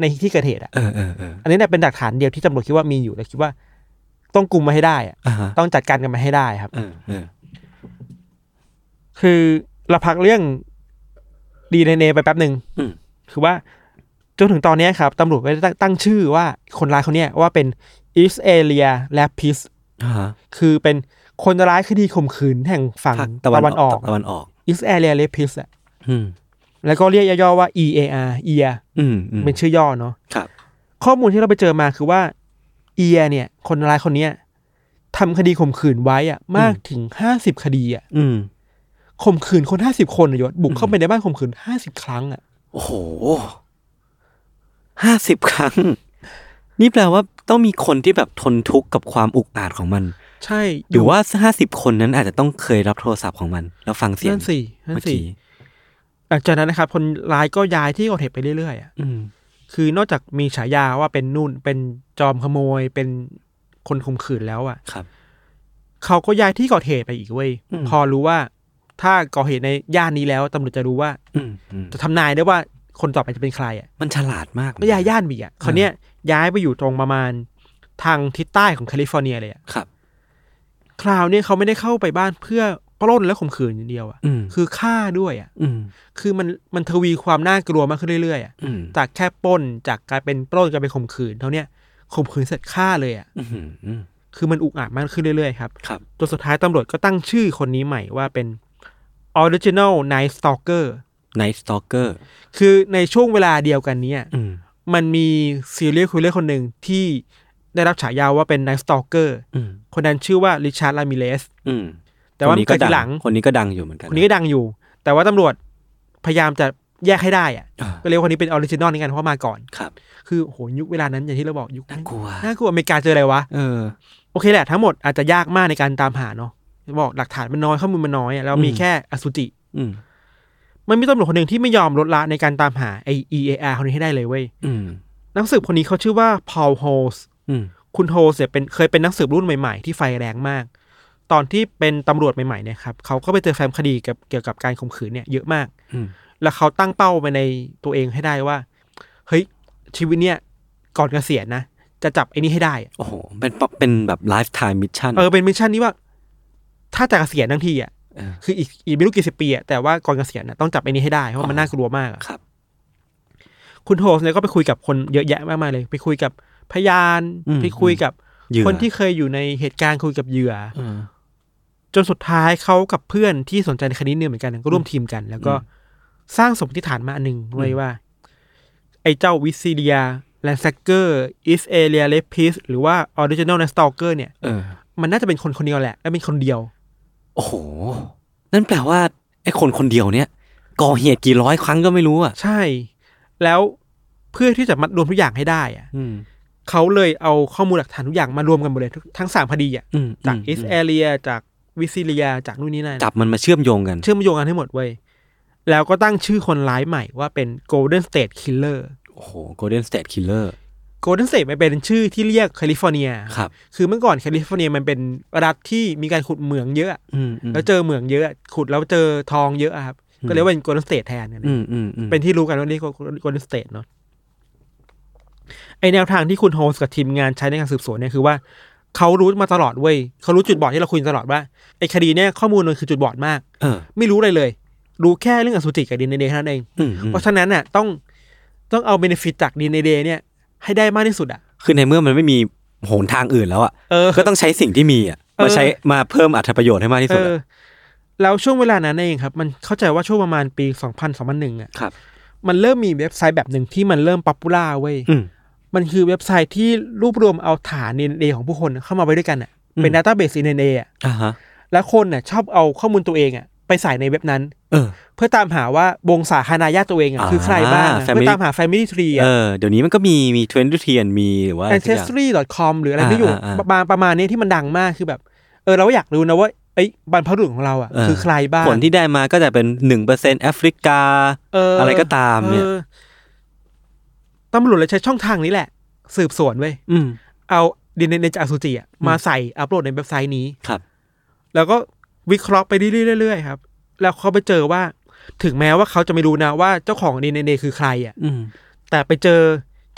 S3: ในที่เกิดเหตุอ่ะ
S2: เออเออเออ
S3: อันนี้เนี่ยเป็นหลักฐานเดียวที่ตำรวจคิดว่ามีอยู่แต่คิดว่า ต้องกลุมมาให้ได้อ่ะ
S2: อ่าฮะ
S3: ต้องจัดการกันมาให้ได้ครับ
S2: เออเออ
S3: คือเราพักเรื่องดีเนเไปแป๊บหนึ่ง
S2: อืม
S3: คือว่าจนถึงตอนเนี้ยครับตำรวจก็ได้ตั้งตั้งชื่อว่าคนร้ายคนเนี้ยว่าเป็นอิสเอเลียและพิส
S2: อ่าฮะ
S3: คือเป็นคนร้ายคดีข่มขืนแห่งฝั่ง
S2: ภาค
S3: ตะวันออก
S2: ตะวันออก
S3: อิสเอเลียและพิสอะ
S2: อืม
S3: แล้วก็เรียกย่อๆว่า EAR เอีย
S2: อืมอืม
S3: เป็นชื่อย่อเนาะ
S2: ครับ
S3: ข้อมูลที่เราไปเจอมาคือว่าเอียเนี่ย คนร้ายคนเนี้ยทำคดีข่มขืนไว้อะมากถึงห้าสิบคดีอะ
S2: อืม
S3: ข่มขืนคนห้าสิบคนอะยศบุกเข้า
S2: อืม
S3: ไปในบ้านข่มขืนห้าสิบครั้งอะ
S2: โอ้โห ห้าสิบครั้ง นี่แปลว่าต้องมีคนที่แบบทนทุกข์กับความอุกอาจของมัน
S3: ใช่
S2: หรือว่าห้าสิบคนนั้นอาจจะต้องเคยรับโทรศัพท์ของมัน แล้วฟังเสียง
S3: นั่นสินั่น
S2: เมื่อ
S3: สิ
S2: กี้
S3: หลังจากนั้นนะครับคนร้ายก็ย้ายที่เกิดเหตุไปเรื่อยๆอะ
S2: อืม
S3: คือนอกจากมีฉายาว่าเป็นนุ่น เป็นจอมขโมย เป็นคนข่มขืนแล้วอะ
S2: ครับ
S3: เขาก็ย้ายที่เกิดเหตุไปอีกเว้ย
S2: อืม
S3: พอรู้ว่า ถ้าก่อเหตุในย่านนี้แล้วตำรวจจะรู้ว่า
S2: อืมอืม
S3: จะทำนายได้ว่าคนต่อไปจะเป็นใครอะ
S2: มันฉลาดมากเหมื
S3: ก็
S2: อนน
S3: ย้ายย่านไปอีกอะเขาวเนี้ยย้ายไปอยู่ตรงประมาณทางทิศใต้ของแคลิฟอร์เนียเลยอะ
S2: ครับ
S3: คราวเนี้ยเขาไม่ได้เข้าไปบ้านเพื่อปล้นและข่มขืนอย่างเดียวอะ
S2: อืม
S3: คือฆ่าด้วยอะ
S2: อืม
S3: คือมันมันทวีความน่ากลัวมากขึ้นเรื่อยๆอะ
S2: อืม
S3: จากแค่ปล้นจากกลายเป็นปล้นกลายเป็นข่มขืนเท่าเนี้ยข่มขืนเสร็จฆ่าเลยอ่ะ
S2: อืมอืม
S3: คือมันอุกอาจมากขึ้นเรื่อยๆครับ
S2: ครับ
S3: จนสุดท้ายตำรวจก็ตั้งชื่อคนนี้ใหม่ว่าเป็น original night stalker
S2: ไนท์สตอเกอร์
S3: คือในช่วงเวลาเดียวกันเนี้ย
S2: อืม
S3: มันมีซีเรียลคุยเลอร์คนหนึ่งที่ได้รับฉายาว่าเป็น night stalker
S2: อืม
S3: คนนั้นชื่อว่าริชาร์ดลามิเลส
S2: อืม
S3: แต่ว่ามัน
S2: ค
S3: เกิดทีหลัง
S2: คนนี้ก็ดังอยู่เหมือนกัน
S3: คนนี้ก็ดังอยู่ แต่ว่าตำรวจพยายามจะแยกให้ได้อ่ะ
S2: อ่า
S3: ก็เรียกว่าคนนี้เป็น original นี่กันเพราะว่ามาก่อน
S2: ครับ
S3: คือโหยุคเวลานั้นอย่างที่เราบอกยุค
S2: น่ากลัว
S3: น่ากลัวอเมริกาเจออะไรวะ
S2: เออ
S3: โอเคแหละทั้งหมดอาจจะยากมากในการตามหาเนาะบอกหลักฐานมันน้อยข้อมูลมันน้อยอะแล้วมี
S2: อืม
S3: แค่อสุจิ
S2: อืม
S3: มันมีตำรวจคนหนึ่งที่ไม่ยอมลดละในการตามหาไอ EAR คนนี้ให้ได้เลยเว้ย
S2: อืม
S3: นักสืบคนนี้เขาชื่อว่าพอลโฮส
S2: อืม
S3: คุณโฮสเนี่ยเป็นเคยเป็นนักสืบรุ่นใหม่ๆ ที่ไฟแรงมาก ตอนที่เป็นตำรวจใหม่ๆเนี่ยครับเขาก็ไปเจอแฟ้มคดีกับเกี่ยวกับการข่มขืนเนี่ยเยอะมาก
S2: อืม
S3: แล้วเขาตั้งเป้าไปในตัวเองให้ได้ว่าเฮ้ยชีวิตเนี่ยก่อนเกษียณนะจะจับไอ้นี่ให้ได้
S2: โอ้โหเป็นปะเป็นแบบไลฟ์ไทม์มิชชั่น
S3: เออเป็นมิชชั่นนี้ว่า ถ้าจะเกษียณทั้งทีอ่ะ
S2: เออ
S3: คืออีกอีกไม่รู้กี่สิบปีอะแต่ว่าก่อนเกษียณน่ะต้องจับไอ้นี้ให้ได้ เพราะว่ามันน่ากลัวมากอะ
S2: ครับ
S3: คุณโทสเนี่ยก็ไปคุยกับคนเยอะแยะมากมายเลย ไปคุยกับพยาน
S2: อืม
S3: ไปคุยกับ
S2: เหยื่อ
S3: คนที่เคยอยู่ในเหตุการณ์คุยกับเหยื่อ
S2: เออ
S3: จนสุดท้ายเขากับเพื่อนที่สนใจในคดีนี้เหมือนกันก็ร่วมทีมกัน แล้วก็
S2: อืม
S3: สร้างสมมติฐานมาอันหนึ่งไว้ว่า ไอ้เจ้าวิซิเดียแลนแซกเกอร์อิสเอเลียเลพิสหรือว่าออริจินอลนสตอเกอร์เนี่ย
S2: เออ
S3: มันน่าจะเป็นคนคนเดียวแหละและเป็นคนเดียว
S2: โอ้โห นั่นแปลว่าไอ้คนคนเดียวเนี่ยก่อเหตุกี่ร้อยครั้งก็ไม่รู้อ่ะ
S3: ใช่ แล้วเพื่อที่จะมัดรวมทุกอย่างให้ได้อะ
S2: อืม
S3: เขาเลยเอาข้อมูลหลักฐานทุกอย่างมารวมกันหมดเลยทุกทั้งสามคดีอะ
S2: อืม
S3: จาก
S2: ม
S3: อิสเอเ a ียจากวิซิเลียจากนู่นนี่นั่น
S2: จับมันมาเชื่อมโยงกัน
S3: เชื่อมโยงกันให้หมดเว้ยแล้วก็ตั้งชื่อคนร้ายใหม่ว่าเป็น Golden State Killer
S2: โอ้โห Golden State Killer
S3: Golden State มันเป็นชื่อที่เรียกแคลิฟอร์เนีย
S2: ครับ
S3: คือเมื่อก่อนแคลิฟอร์เนียมันเป็นรัฐที่มีการขุดเหมืองเยอะอะ
S2: อืมอืม
S3: แล้วเจอเหมืองเยอะอะขุดแล้วเจอทองเยอะอะครับ
S2: อืม
S3: ก็เรียกว่าเป็น Golden State แทนเนี่ย
S2: อืมอืมอืม
S3: เป็นที่รู้กันว่านี่โกลเด้นสเตทเนาะไอแนวทางที่คุณโฮสกับทีมงานใช้ในการสืบสวนเนี่ยคือว่า เขารู้มาตลอดเว้ยเขารู้จุดบอดที่เราคุยกันตลอดว่าไอคดีเนี่ยข้อมูลมันคือจุดบอดมาก
S2: เออ
S3: ไม่รู้อะไรเลย รู้แค่เรื่องอสุจิกับดีเนเดเท่านั้นเอง
S2: อืมอืม
S3: เพราะฉะนั้นน่ะต้องต้องเอาเบนฟิตจากดีเนเดเนี่ย ให้ได้มากที่สุดอ่ะ
S2: คือในเมื่อมันไม่มีโหนทางอื่นแล้วอ่ะ
S3: เออ
S2: ก็ต้องใช้สิ่งที่มีอ่ะ
S3: เออ
S2: มาใช้มาเพิ่มอัตประโยชน์ให้มากที่
S3: เอ
S2: สุด
S3: อ
S2: อะ
S3: แล้วช่วงเวลานั้นเองครับ มันเข้าใจว่าช่วงประมาณปี 2000 2001อ่ะ
S2: ครับ
S3: มันเริ่มมีเว็บไซต์แบบหนึ่งที่มันเริ่มป๊อปปูล่าเว้ย
S2: อืม
S3: มันคือเว็บไซต์ที่รวบรวมเอาฐาน DNA ของผู้คนเข้ามาไว้ด้วยกันอ่ะ เป็น
S2: อืม
S3: database DNA อ่ะ
S2: อ่าฮะ
S3: แล้วคนน่ะชอบเอาข้อมูลตัวเองอ่ะไปใส่ในเว็บนั้น
S2: เออ
S3: เพื่อตามหาว่าวงสาคานายาติตัวเองอ่ะ
S2: อ่า
S3: คือใครบ้างอะ
S2: family
S3: เพื่อตามหา family tree
S2: เอ
S3: อ่ะ
S2: อ เดี๋ยวนี้มันก็มีมีเทรนด์เทียนมีหรือว่าสักอย่าง
S3: ancestry.com หรืออะไร
S2: อ่า
S3: ไม่อยู่
S2: อ่าอ่า
S3: ประมาณประมาณนี้ที่มันดังมากคือแบบ เออเราก็อยากรู้นะว่าไอ้ยบรรพบุรุษของเราอ่ะ
S2: เออ
S3: คือใครบ้าง
S2: ผลที่ได้มาก็จะเป็นหนึ่งเปอร์เซ็นแอฟริกา
S3: เออ
S2: อะไรก็ตามเนี่ย
S3: ออตำรวจเลยใช้ช่องทางนี้แหละ สืบสวนเว้ย
S2: อืม
S3: เอาดินในจากอสุจิอ่ะมาใส่อัปโหลดในเว็บไซต์นี้
S2: ครับ
S3: แล้วก็วิเคราะห์ไปเรื่อยๆเรื่อยๆครับ แล้วเขาไปเจอว่า ถึงแม้ว่าเขาจะไม่รู้นะว่าเจ้าของดีเอ็นเอคือใครอ่ะ
S2: อืม
S3: แต่ไปเจอ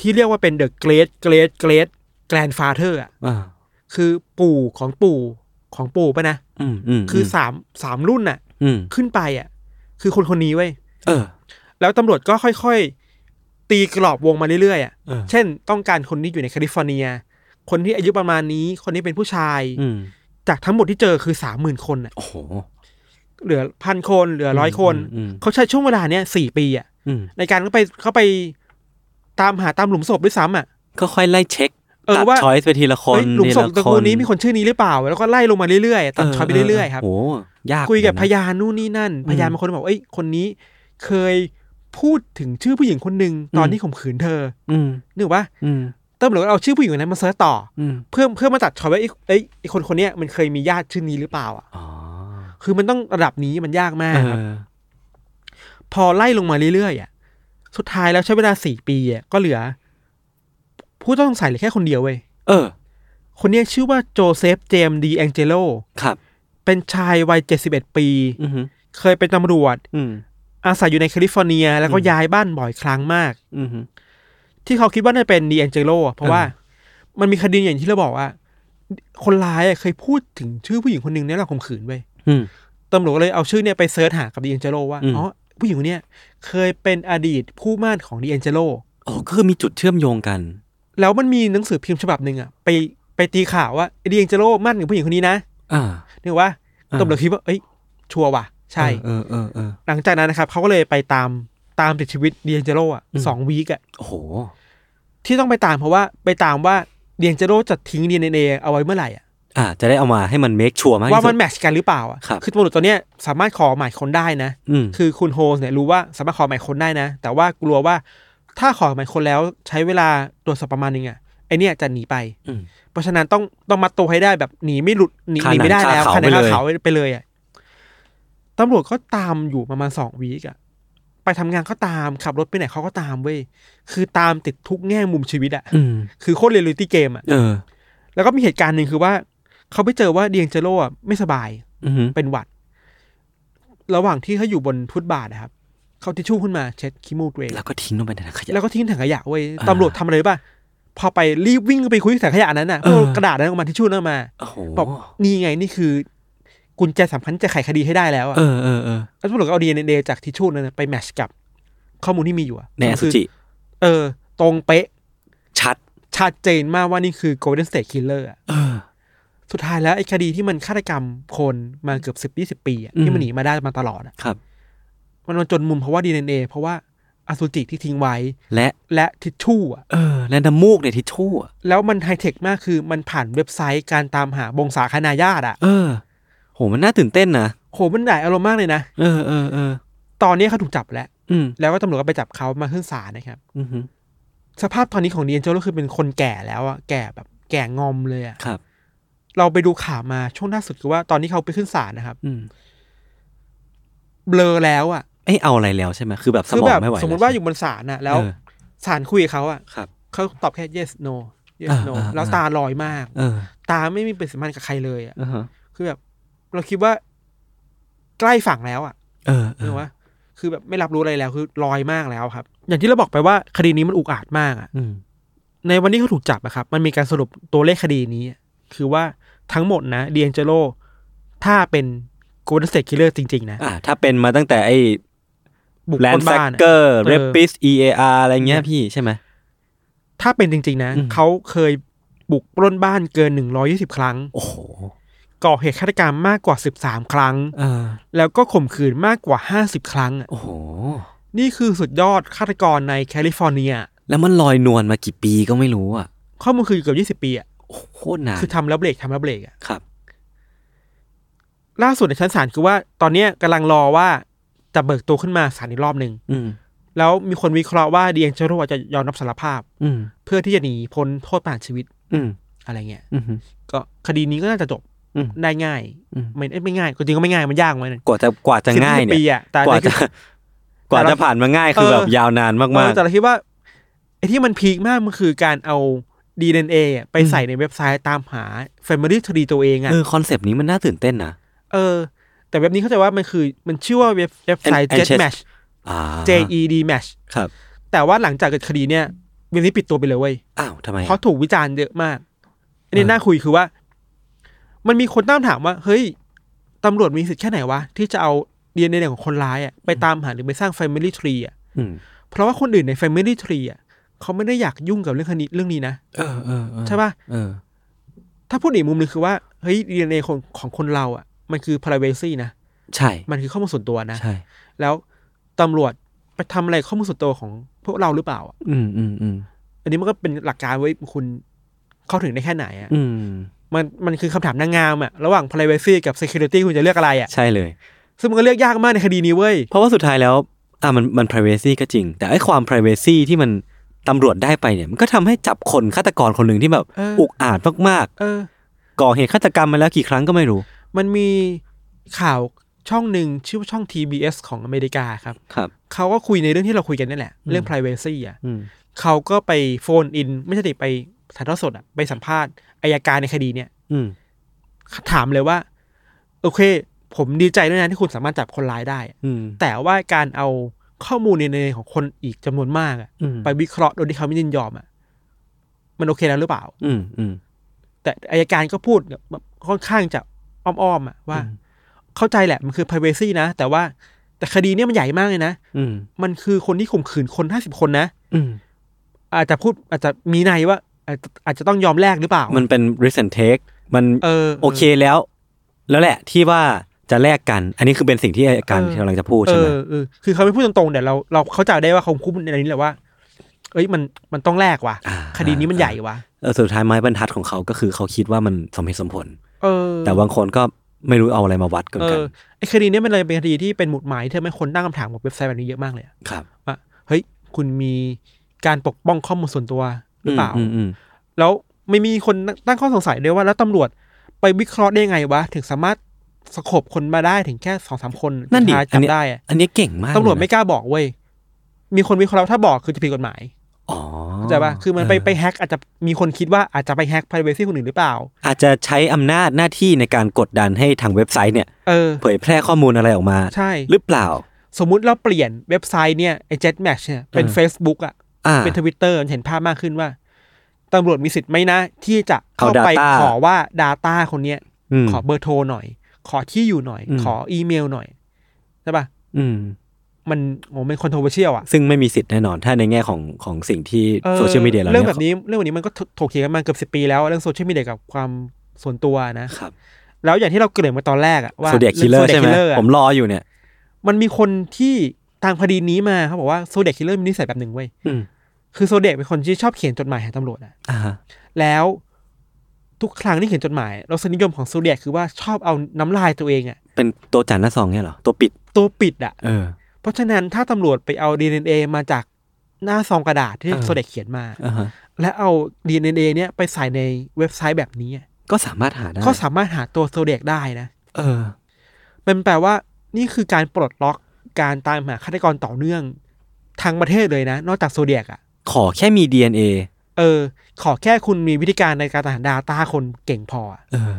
S3: ที่เรียกว่าเป็นเดอะเกรดเกรดเกรดแกรนฟาเธอร์อ่ะ
S2: อ่า
S3: คือปู่ของปู่ของปู่ปะนะ
S2: อืมอืม
S3: คือสามสามรุ่นน่ะ
S2: อืม
S3: ขึ้นไปอ่ะ คือคนคนนี้เว้ย
S2: เออ
S3: แล้วตำรวจก็ค่อยๆ ตีกรอบวงมาเรื่อยๆอ่ะ
S2: เออ
S3: เช่นต้องการคนที่อยู่ในแคลิฟอร์เนีย คนที่อายุประมาณนี้ คนนี้เป็นผู้ชาย
S2: อืม
S3: จากทั้งหมดที่เจอคือสามหมื่นคนอ่ะ
S2: โอ้โห
S3: เหลือพันคนเหลือร้อยคน
S2: อืมอืม
S3: เขาใช้ช่วงเวลาเนี้ยสี่ปีอ่ะ
S2: อืม
S3: ในการเขาไปเขาไปตามหาตามหลุมศพด้วยซ้ำอ่ะ
S2: ก็ค่อยไล่เช็ค
S3: เออ
S2: ตัด
S3: ว่า
S2: ช้อยส์ไปทีละคน
S3: เฮ้ยหลุมศพตระกูลนี้มี
S2: ทีะ
S3: คนชื่อนี้หรือเปล่า แล้วก็ไล่ลงมาเรื่อยๆตัดช้อยไปเรื่อยๆครับ
S2: โอ้โหยาก
S3: คุยกับ
S2: เห
S3: พ
S2: มือนกันนะ
S3: ยานนู่นนี่นั่น พยาน
S2: อืม
S3: บางคนบอกว่าเอ้ยคนนี้เคยพูดถึงชื่อผู้หญิงคนหนึ่งตอน
S2: อืม
S3: ที่ข่มขืนเธอ
S2: อืม
S3: นึกว่า
S2: อืม
S3: ตำรวจเอาชื่อผู้หญิงคนนั้นมาเสิร์ชต่อ
S2: อืม
S3: เพื่อเพื่อมาตัดช้อยว่าเอ้ยเอ้ยไอ้คนคนเนี้ยมันเคยมีญาติชื่อนี้หรือเปล่าอ่ะ
S2: อ๋อ
S3: คือมันต้องระดับนี้มันยากมากครับ
S2: เออ
S3: พอไล่ลงมาเรื่อยๆอ่ะ สุดท้ายแล้วใช้เวลาสี่ปีอ่ะก็เหลือ ผู้ต้องสงสัยเหลือแค่คนเดียวเว้ย
S2: เออ
S3: คนเนี้ยชื่อว่าโจเซฟเจมส์ดีแองเจโล
S2: ครับ
S3: เป็นชายวัยเจ็ดสิบเอ็ดปี
S2: อืม
S3: เคยเป็นตำรวจ
S2: อืม
S3: อาศัยอยู่ในแคลิฟอร์เนีย แล้วก็
S2: อืม
S3: ย้ายบ้านบ่อยครั้งมาก
S2: อืม
S3: ที่เขาคิดว่าน่าจะเป็นดีแองเจโลอ่ะเพราะว่า
S2: เออ
S3: มันมีคดีอย่างที่เราบอกว่า คนร้ายอ่ะเคยพูดถึงชื่อผู้หญิงคนหนึ่งในหลักข่มขืนเว้ย
S2: อืม
S3: ตำรวจก็เลยเอาชื่อเนี่ยไปเซิร์ชหากับดีแองเจโลว่า
S2: อืม
S3: อ๋อ ผู้หญิงคนเนี้ยเคยเป็นอดีตผู้ม่านของดีแองเจโล
S2: โอ้ก็คือมีจุดเชื่อมโยงกัน
S3: แล้วมันมีหนังสือพิมพ์ฉบับหนึ่งอะไปไปตีข่าวว่าเดียงเจโร่มั่นกับผู้หญิงคนนี้นะ
S2: อ่า
S3: นึกว่า
S2: อ่า
S3: ตำรวจคิดว่าเอ้ย ชัวร์ว่ะ ใช่
S2: เออเออเออ
S3: หลังจากนั้นนะครับเขาก็เลยไปตามตามติดชีวิตเดียงเจโร่อะ
S2: อืม
S3: สองวีคอะ
S2: โอ้โห
S3: ที่ต้องไปตามเพราะว่าไปตามว่าเดียงเจโร่จะทิ้งดีเอ็นเอเอาไว้เมื่อไหร่อะ
S2: อ่า จะได้เอามาให้มันเมคชัวร์มาก
S3: ว่า
S2: ที่สุ
S3: มัน
S2: ด
S3: แมทช์กันหรือเปล่าอะ
S2: ครับ
S3: คือตำรวจตัวเนี้ยสามารถขอหมายค้นได้นะ
S2: อืม
S3: คือคุณโฮสเนี่ยรู้ว่าสามารถขอหมายค้นได้นะ แต่ว่ากลัวว่าถ้าขอหมายค้นแล้วใช้เวลาตรวจสอบประมาณหนึงอะไอเนี่ยจะหนีไป
S2: อืม
S3: เพราะฉะนั้นต้องต้องมัดตัวให้ได้แบบหนีไม่หลุดหนี
S2: คา
S3: หนีไม่ได้
S2: หนัง
S3: แล้ว
S2: คา
S3: คา
S2: เขา
S3: หนังคา
S2: ไปเลย
S3: เขาไปเลยอ่ะตำรวจก็ตามอยู่ประมาณสองวีกอ่ะ ไปทำงานก็ตามขับรถไปไหนเขาก็ตามเว้ยคือตามติดทุกแง่มุมชีวิตอ่ะ
S2: อืม
S3: คือโคตรเรียลลิตี้เกมอ่ะ
S2: เออ
S3: แล้วก็มีเหตุการณ์หนึ่งคือว่า เขาไปเจอว่าเดียงเจโร่อะไม่สบาย
S2: อืม
S3: เป็นหวัด ระหว่างที่เขาอยู่บนฟุตบาทนะครับเขาทิชชู่ขึ้นมาเช็ดขี้มูกตัวเอง
S2: แล้วก็ทิ้งลงไปในถังขยะ
S3: แล้วก็ทิ้งถังขยะเว้ย
S2: อ่า
S3: ตำรวจทำอะไรรู้ป่ะพอไปรีบวิ่งไปคุยกับถังขยะนั้นน่ะ
S2: เออ
S3: เพื่อเอากระดาษนั้นออกมาทิชชู่นั่นมา
S2: โอ้โห
S3: บอกนี่ไงนี่คือ กุญแจสำคัญจะไขคดีให้ได้แล้วอะ
S2: เออเออเออ
S3: แล้วตำรวจก็เอาดีเอ็นเอจากทิชชู่นั้นนะไปแมทชกับ ข้อมูลที่มีอยู่อะ
S2: ในอสุ
S3: คือ
S2: จิ
S3: เออ ตรงเป๊ะ
S2: ชัด
S3: ชัดเจนมากว่านี่คือ Golden State Killer อะ
S2: เออ
S3: สุดท้ายแล้วไอ้คดีที่มันฆาตกรรมคนมาเกือบสิบยี่สิบปีอะ
S2: อืม
S3: ที่มันหนีมาได้มาตลอดอะ
S2: ครับ
S3: มันมาจนมุมเพราะว่าดีเอ็นเอเพราะว่าอสุจิที่ทิ้งไว้
S2: และ
S3: และทิชชู่อะ
S2: เออ และน้ำมูกในทิชชู่อะ
S3: แล้วมันไฮเทคมากคือมันผ่านเว็บไซต์การตามหาบงสาคนาญาติอะ
S2: เออ โห มันน่าตื่นเต้นนะ
S3: โหมันหลายอารมณ์มากเลยนะ
S2: เออเออเออ
S3: ตอนนี้เขาถูกจับแล้ว
S2: อืม
S3: แล้วก็ตำรวจก็ไปจับเขามาขึ้นศาลนะครับ
S2: อืม
S3: สภาพตอนนี้ของเดียนเจโร่คือเป็นคนแก่แล้วอะแก่แบบแก่งอมเลยอะ
S2: ครับ
S3: เราไปดูข่าวมาช่วงล่าสุดคือว่าตอนที่เขาไปขึ้นศาลนะครับ
S2: อืม
S3: เบลอแล้วอะ
S2: เอ้ยเอาอะไรแล้วใช่ไหมคือแบบส
S3: คือ
S2: มอ
S3: แบบ
S2: งไม่ไหว
S3: สมมติว่าอยู่บนศาลอะแล้ว
S2: เออ
S3: ศาลคุยกับเขาอะ
S2: ครับ
S3: เขาตอบแค่ yes no yes
S2: อ่า
S3: no
S2: อ่า
S3: แล้วตาลอยมาก
S2: เออ
S3: ตาไม่มีปฏิสัมพันธ์กับใครเลยอะ
S2: อ่าฮะ
S3: คือแบบ เราคิดว่าใกล้ฝั่งแล้วอะ
S2: เออเอ
S3: นึ
S2: อก
S3: ว่าคือแบบไม่รับรู้อะไรแล้วคือลอยมากแล้วครับ อย่างที่เราบอกไปว่าคดีนี้มันอุกอาจมากอะ
S2: อืม
S3: ในวันที่เขาถูกจับอะครับ มันมีการสรุปตัวเลขคดีนี้ คือว่าทั้งหมดนะเดียงเจโลถ้าเป็นโกลเด้นสเตทคิลเลอร์จริง ๆ นะ
S2: อ่าถ้าเป็นมาตั้งแต่ไอ้
S3: บุก
S2: แล
S3: คน น
S2: ด์แฟก
S3: บ้านอะ
S2: เกอร์
S3: เออ
S2: เรปิสเออาร์อะไรเงี้ย
S3: เนี่ย
S2: พี่ใช่ไหม
S3: ถ้าเป็นจริง ๆ นะ
S2: อืม
S3: เขาเคยบุกปล้นบ้านเกินหนึ่งร้อยี่สิบครั้ง
S2: โอ้โห
S3: ก่อเหตุฆาตกรรมมากกว่า 13 ครั้ง
S2: อ่า
S3: แล้วก็ข่มขืนมากกว่า 50 ครั้งอะ
S2: โอ้โห
S3: นี่คือสุดยอดฆาตกรในแคลิฟอร์เนีย
S2: แล้วมันลอยนวลมากี่ปีก็ไม่รู้อ่ะ
S3: ข้อมูลคือเกือบ20 ปีอ่ะ
S2: โอ้โหโคตรนาน
S3: คือทำแล้วเบรกทำแล้วเบรกอ่ะ
S2: ครับ
S3: ล่าสุดในชั้นศาลคือว่าตอนเนี้ยกำลังรอว่าจะเบิกตัวขึ้นมาศาลอีกรอบหนึ่ง
S2: อืม
S3: แล้วมีคนวิเคราะห์ว่าเดียงเจโรอาจจะยอมรับสารภาพ
S2: อืม
S3: เพื่อที่จะหนีพ้นโทษประหารชีวิต
S2: อืม
S3: อะไรเงี้ย
S2: อืม
S3: ก็คดีนี้ก็น่าจะจบ
S2: อืม
S3: ได้ง่าย
S2: อืม
S3: ไม่เอ้ยไม่ง่ายจริงๆก็ไม่ง่ายมันยากมัน
S2: กว่าจะกว่าจะง่าย
S3: ปี
S2: เนี่ย
S3: อ่ะแต่
S2: กว่า
S3: อัน
S2: จะ
S3: นี้คือ
S2: กว่าจะผ่านมาง่ายคือ
S3: เออ
S2: แบบยาวนานมาก
S3: เออ
S2: ๆ
S3: แต่เราคิดว่าไอ้ที่มันพีคมากมันคือการเอาดีเอ็นเอะไปใส่ในเว็บไซต์ตามหา Family Tree ตัวเองอ่ะ
S2: เออคอนเซปต์นี้มันน่าตื่นเต้นนะ
S3: เออ แต่เว็บนี้เข้าใจว่ามันคือมันชื่อว่าเว็บเว็บไซต์
S2: And- and
S3: Jet Match
S2: อ่า
S3: J E D Match
S2: ครับ
S3: แต่ว่าหลังจากเกิดคดีเนี่ยเว็บนี้ปิดตัวไปเลยเว้ย
S2: อ้าวทำไม
S3: เพ
S2: อะ
S3: ราะถูกวิจารณ์เยอะมาก อันนี้น่าคุยคือว่า มันมีคนตั้งคำถามว่า เฮ้ย ตำรวจมีสิทธิ์แค่ไหนวะ ที่จะเอาดีเอ็นเอของคนร้ายอะไปตามหาหรือไปสร้าง Family Tree อะ
S2: อืม
S3: เพราะว่าคนอื่นใน Family Tree อะเขาไม่ได้อยากยุ่งกับเรื่องคดีเรื่องนี้นะ
S2: เออเออเออ
S3: ใช่ปะ
S2: เออ
S3: ถ้าพูดอีกมุมหนึงคือว่า เฮ้ยดีเอ็นเอของของคนเราอะมันคือ privacy นะ
S2: ใช่
S3: มันคือข้อมูลส่วนตัวนะ
S2: ใช่
S3: แล้วตำรวจไปทำอะไรข้อมูลส่วนตัวของพวกเราหรือเปล่าอะ
S2: อืมอืมอืม
S3: อันนี้มันก็เป็นหลักการไว้ยคุณเข้าถึงได้แค่ไหนอะ
S2: อืม
S3: มันมันคือคำถามนางงามอะระหว่าง privacy กับ security คุณจะเลือกอะไรอะ
S2: ใช่เลย
S3: ซึ่งมันก็เลือกยากมากในคดีนี้เว้ย
S2: เพราะว่าสุดท้ายแล้วอ่ะมันมัน privacy ก็จริง แต่ไอ้ความ privacy ที่มันตำรวจได้ไปเนี่ย มันก็ทำให้จับคนฆาตกรคนหนึ่งที่แบบ
S3: เอออุ
S2: อุกอาจมาก
S3: เออ
S2: ๆก่อเหตุฆาตกรรมมาแล้วกี่ครั้งก็ไม่รู้
S3: มันมีข่าวช่องหนึ่งชื่อว่าช่อง TBS ของอเมริกาครับ
S2: ครับ
S3: เขาก็คุยในเรื่องที่เราคุยกันนี่แหละ เรื่อง privacy อะ
S2: อืม
S3: เขาก็ไปโฟนอิน ไม่ใช่ดิไปถ่ายทอดสดอะไปสัมภาษณ์อายการในคดีเนี่ย
S2: อืม
S3: ถามเลยว่า โอเค ผมดีใจด้วยนะที่คุณสามารถจับคนร้ายได้อะ
S2: อืม
S3: แต่ว่าการเอาข้อมูลในในของคนอีกจำนวนมากอะ
S2: อืม
S3: ไปวิเคราะห์โดยที่เขาไม่ยินยอมอ่ะ มันโอเคแล้วหรือเปล่า
S2: อืมอืม
S3: แต่อายการก็พูดแบบค่อนข้างจะอ้อมๆอ่ะว่า
S2: อืม
S3: เข้าใจแหละมันคือ privacy นะ แต่ว่าแต่คดีเนี่ยมันใหญ่มากเลยนะ
S2: อืม
S3: มันคือคนที่ข่มขืนคนห้าสิบคนนะ
S2: อืม
S3: อาจจะพูดอาจจะมีในยว่าอาจจะอาจจะต้องยอมแลกหรือเปล่า
S2: มั
S3: มัน
S2: เป็น risk and take มัน
S3: เออ
S2: โอเคแล้ว แล้วแหละที่ว่าจะแลกกัน อันนี้คือเป็นสิ่งที่อายการ
S3: เออ
S2: กำลังจะพูด
S3: เอ
S2: ใช่ไหม
S3: อเออคือเขาไม่พูดตรงๆเดี๋ยวเราเราเข้าใจได้ว่าเขาพูดในนี้แหละว่า เอ้ยมันมันต้องแลกว่ะ
S2: อ่า
S3: คดีนี้มันใหญ่ว่ะ
S2: เออสุดท้ายไม้บรรทัดของเขาก็คือเขาคิดว่ามันสมเหตุสมผล
S3: เออ
S2: แต่บางคนก็ไม่รู้เอาอะไรมาวัดกัน
S3: เอ
S2: กัน
S3: อไอคดีเนี้มันเลยเป็นคดีที่เป็นหมุดหมายที่ทำให้คนตั้งคำถามกับเว็บไซต์แบบนี้เยอะมากเลยอะ
S2: ครับ
S3: ว่าเฮ้ย คุณมีการปกป้องข้อมูลส่วนตัวหรือเปล่า
S2: มมอืม
S3: แล้วไม่มีคนตั้งข้อสงสัยด้วยว่าแล้วตำรวจไปวิเคราะห์ได้ไงวะ ถึงสามารถสกบคนมาได้ถึงแค่สองสามคน
S2: นั่นดิ
S3: สุท้าย
S2: อันเนี้ย
S3: จำได้อะ
S2: อันเนี้ยเก่งมาก
S3: ตำรวจไม่
S2: เลยนะ
S3: กล้าบอกเว้ยมีคนวิเคราะห์ถ้าบอกคือจะผิดกฎหมาย
S2: อ๋อ
S3: เข้าใจปะคือมันไป
S2: เ
S3: ไปแฮกอาจจะมีคนคิดว่าอาจจะไปแฮก privacy คนอื่นหรือเปล่า
S2: อาจจะใช้อำนาจหน้าที่ในการกดดันให้ทางเว็บไซต์เนี่ย
S3: เออ
S2: เผยแพร่ข้อมูลอะไรออกมา
S3: ใช่
S2: หรือเปล่า
S3: สมมุติเราเปลี่ยนเว็บไซต์เนี่ยไอ้ Jetmatch เนี่ยเป็น
S2: เออ
S3: Facebook อะ
S2: อ่า
S3: เป็นทวิตเตอร์เห็นภาพมากขึ้นว่าตำรวจมีสิทธิ์ไหมนะ ที่จะเข้า
S2: เอา
S3: ไป
S2: data
S3: ขอว่า Data คนเนี้ย
S2: ม
S3: ขอเบอร์โทรหน่อย ขอที่อยู่หน่อย
S2: อืม
S3: ขออีเมลหน่อยใช่ปะ
S2: อืม
S3: มันโอ้เป็นคนโทรเชียลอ่ะ
S2: ซึ่งไม่มีสิทธิ์แน่นอนถ้าในแง่ของของสิ่งที่
S3: ออ
S2: โซเชียลมีเดียเรา
S3: เรื่อง
S2: ย
S3: แบบนี้เรื่องแบบนี้มันก็ถถกเถียงกันมาเกือบสิบ10 ปีแล้ว เรื่องโซเชียลมีเดียกับความส่วนตัวนะ
S2: ครับ
S3: แล้วอย่างที่เราเกริ่นมาตอนแรกอะว่า
S2: โซเดียคิลเลอร์
S3: โซ
S2: ใช่ไหม
S3: ดีย killer อะ
S2: ผมรออยู่เนี่ย
S3: มันมีคนที่ตามคดีนี้มาเขาบอกว่าโซเดียคิลเลอร์มีนิสัยแบบหนึ่งเว้ย
S2: อืม
S3: คือโซเดียเป็นคนที่ชอบเขียนจดหมายหาตำรวจอะ
S2: อ่าฮะ
S3: แล้วทุกครั้งที่เขียนจดหมายรสนิยมของซูเดียกคือว่าชอบเอาน้ำลายตัวเองอะ
S2: เป็นตัวจานหน้าซองเนี่ยเหรอ ตัวปิด
S3: ตัวปิดอะ
S2: เออ
S3: เพราะฉะนั้นถ้าตำรวจไปเอา DNA มาจากหน้าซองกระดาษที่
S2: เออ
S3: โซเดียกเขียนมา
S2: อ่าฮะ
S3: และเอา DNA เนี่ยไปใส่ในเว็บไซต์แบบนี้อะ
S2: ก็สามารถหาได้
S3: ก็สามารถหาตัวโซเดียกได้นะ
S2: เออ
S3: มันแปลว่านี่คือการปลดล็อกการตามหาฆาตกรต่อเนื่องทางประเทศเลยนะ นอกจากโซเดียกอะ
S2: ขอแค่มี DNA
S3: เออ ขอแค่คุณมีวิธีการในการตามหาดาต้าคนเก่งพออะ
S2: เออ